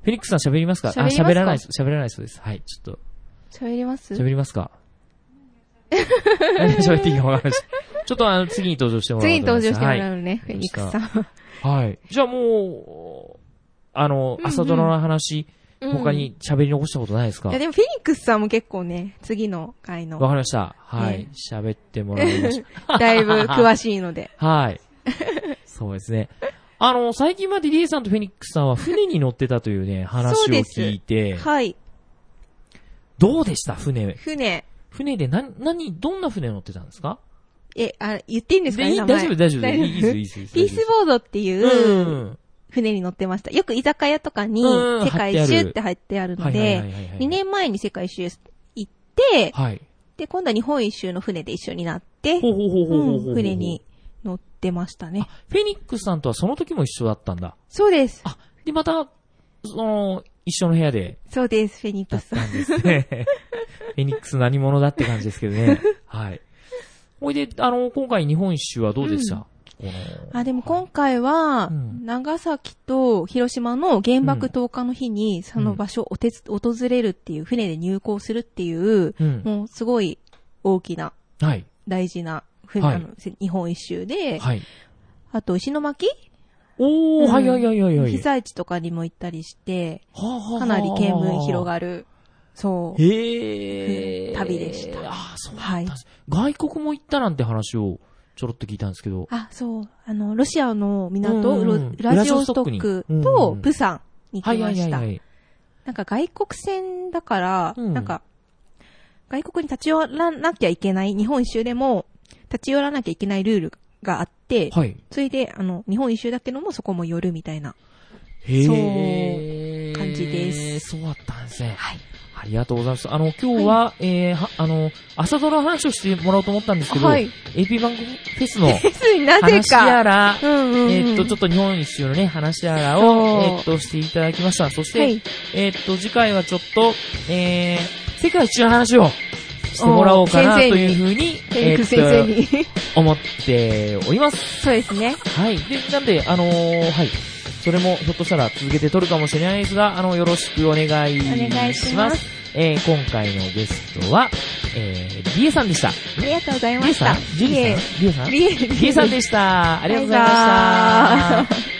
[SPEAKER 1] フェニックスさん喋りますか
[SPEAKER 2] 喋りますか
[SPEAKER 1] あ、喋らない、喋らないそうです。はい、ちょっ
[SPEAKER 2] 喋ります
[SPEAKER 1] と、喋ります か喋っていいか分からないしちょっとあの、次に登場してもらおう
[SPEAKER 2] 次に
[SPEAKER 1] と思
[SPEAKER 2] 登
[SPEAKER 1] います
[SPEAKER 2] 場しても
[SPEAKER 1] はい
[SPEAKER 2] らうのね、フェニックスさん。
[SPEAKER 1] はい。じゃあもう、あの
[SPEAKER 2] ん、うん
[SPEAKER 1] 朝ドラの話、
[SPEAKER 2] うん
[SPEAKER 1] 他。に喋り残したことないですかわ、
[SPEAKER 2] いや、でもフェニックスさんも結構ね、次の回の、
[SPEAKER 1] かりました。は
[SPEAKER 2] ね
[SPEAKER 1] い。喋、ってもらいまし
[SPEAKER 2] だいぶ詳しい ので。
[SPEAKER 1] た。 はい。そうですね。あの、最近までリエさんとフェニックスさんは船に乗ってたというね、
[SPEAKER 2] そ
[SPEAKER 1] 話
[SPEAKER 2] う
[SPEAKER 1] を
[SPEAKER 2] です
[SPEAKER 1] 聞いて、
[SPEAKER 2] はい。
[SPEAKER 1] どうでした船。
[SPEAKER 2] 船、
[SPEAKER 1] 船で何、何、どんな船乗ってたんですか
[SPEAKER 2] え、あ、言っていいんですか
[SPEAKER 1] でい
[SPEAKER 2] ね
[SPEAKER 1] い
[SPEAKER 2] 名
[SPEAKER 1] 大
[SPEAKER 2] 前
[SPEAKER 1] 丈夫、大丈夫。
[SPEAKER 2] 大
[SPEAKER 1] い
[SPEAKER 2] 丈夫
[SPEAKER 1] いです、いいです。いいです
[SPEAKER 2] ピースボードって
[SPEAKER 1] う。
[SPEAKER 2] いうん船に乗ってました。よく居酒屋とかに
[SPEAKER 1] うん
[SPEAKER 2] 世界一周って入ってあるの
[SPEAKER 1] はいはいは
[SPEAKER 2] で、
[SPEAKER 1] いはいはい。
[SPEAKER 2] 2年前に世界一周行って、
[SPEAKER 1] はい。
[SPEAKER 2] で、今度は日本一周の船で一緒になって、
[SPEAKER 1] ほうほうほうほうほうほう
[SPEAKER 2] うん船に。乗ってましたね
[SPEAKER 1] あ。、フェニックスさんとはその時も一緒だったんだ。
[SPEAKER 2] そうです。
[SPEAKER 1] あ、で、また、その、一緒の部屋で、
[SPEAKER 2] そうです、フェニッ
[SPEAKER 1] だ
[SPEAKER 2] ク
[SPEAKER 1] っ
[SPEAKER 2] スさん。
[SPEAKER 1] たんです ね。フェニックス何者だって感じですけどね。はい。ほいで、あの、今回日本一周はどうでした、この
[SPEAKER 2] あ、でも今回は
[SPEAKER 1] う、ん
[SPEAKER 2] 長崎と広島の原爆投下の日に、その場所をお手つ訪れるっていう、船で入港するっていう、
[SPEAKER 1] うん。
[SPEAKER 2] もうすごい大きな、
[SPEAKER 1] はい。
[SPEAKER 2] 大事な、ふ
[SPEAKER 1] はい
[SPEAKER 2] あの日本一周で、
[SPEAKER 1] はい。
[SPEAKER 2] あと石巻、
[SPEAKER 1] おー、
[SPEAKER 2] うん
[SPEAKER 1] はいはいはいはいはい。
[SPEAKER 2] 被災地とかにも行ったりして、
[SPEAKER 1] か
[SPEAKER 2] かなり見聞広
[SPEAKER 1] る。
[SPEAKER 2] がる、そう、
[SPEAKER 1] へ
[SPEAKER 2] う
[SPEAKER 1] ー。
[SPEAKER 2] ん旅でした
[SPEAKER 1] あー、そうだ
[SPEAKER 2] はい
[SPEAKER 1] ったんです。外国も行ったなんて話をちょろっと聞いたんですけど。
[SPEAKER 2] あ、そう、あの、ロシアの港、
[SPEAKER 1] うんうん
[SPEAKER 2] ロラジオストック
[SPEAKER 1] ウラジオストックにうん
[SPEAKER 2] と
[SPEAKER 1] うん
[SPEAKER 2] プサンに行
[SPEAKER 1] は
[SPEAKER 2] き
[SPEAKER 1] いは
[SPEAKER 2] ま
[SPEAKER 1] いは
[SPEAKER 2] し
[SPEAKER 1] い
[SPEAKER 2] た
[SPEAKER 1] は。い。
[SPEAKER 2] なんか外国船だから、
[SPEAKER 1] うん
[SPEAKER 2] なんか、外国に立ち寄らなきゃいけない、日本一周でも立ち寄らなきゃいけないルールがあって、
[SPEAKER 1] はい。
[SPEAKER 2] それで、あの、日本一周だけどもそこも寄るみたいな。
[SPEAKER 1] へー。
[SPEAKER 2] 感じです。
[SPEAKER 1] そうだったんですね。
[SPEAKER 2] はい。
[SPEAKER 1] ありがとうございます。あの、今日は、えー、は、あの、朝ドラの話をしてもらおうと思ったんですけど、
[SPEAKER 2] はい。
[SPEAKER 1] AP 番組フェスの
[SPEAKER 2] 別になぜ
[SPEAKER 1] 話や
[SPEAKER 2] か。
[SPEAKER 1] ら、
[SPEAKER 2] うんうん、うん。
[SPEAKER 1] えーっと、ちょっと日本一周のね、話やらを、
[SPEAKER 2] そう
[SPEAKER 1] えーっと、していただきました。そして、
[SPEAKER 2] はい。
[SPEAKER 1] えーっと、次回はちょっと、えー、世界一周の話をしてもらおうかな
[SPEAKER 2] お
[SPEAKER 1] と
[SPEAKER 2] ー先生
[SPEAKER 1] い
[SPEAKER 2] に
[SPEAKER 1] うふうに、
[SPEAKER 2] フェニックス先
[SPEAKER 1] え
[SPEAKER 2] 生
[SPEAKER 1] ーっ
[SPEAKER 2] に。
[SPEAKER 1] と、思っております。
[SPEAKER 2] そうですね。
[SPEAKER 1] はい。で、なんで、あのーはい。それも、ひょっとしたら続けて撮るかもしれないですが、あの、よろしくお願いします。
[SPEAKER 2] お願いします
[SPEAKER 1] えー、今回のゲストは、えー、リエさんでした。
[SPEAKER 2] ありがとうございま
[SPEAKER 1] リエ
[SPEAKER 2] し
[SPEAKER 1] さ
[SPEAKER 2] た
[SPEAKER 1] ん。ジュリーさんリエさん
[SPEAKER 2] リエ、リエ
[SPEAKER 1] リエさんでした。ありがとうございました。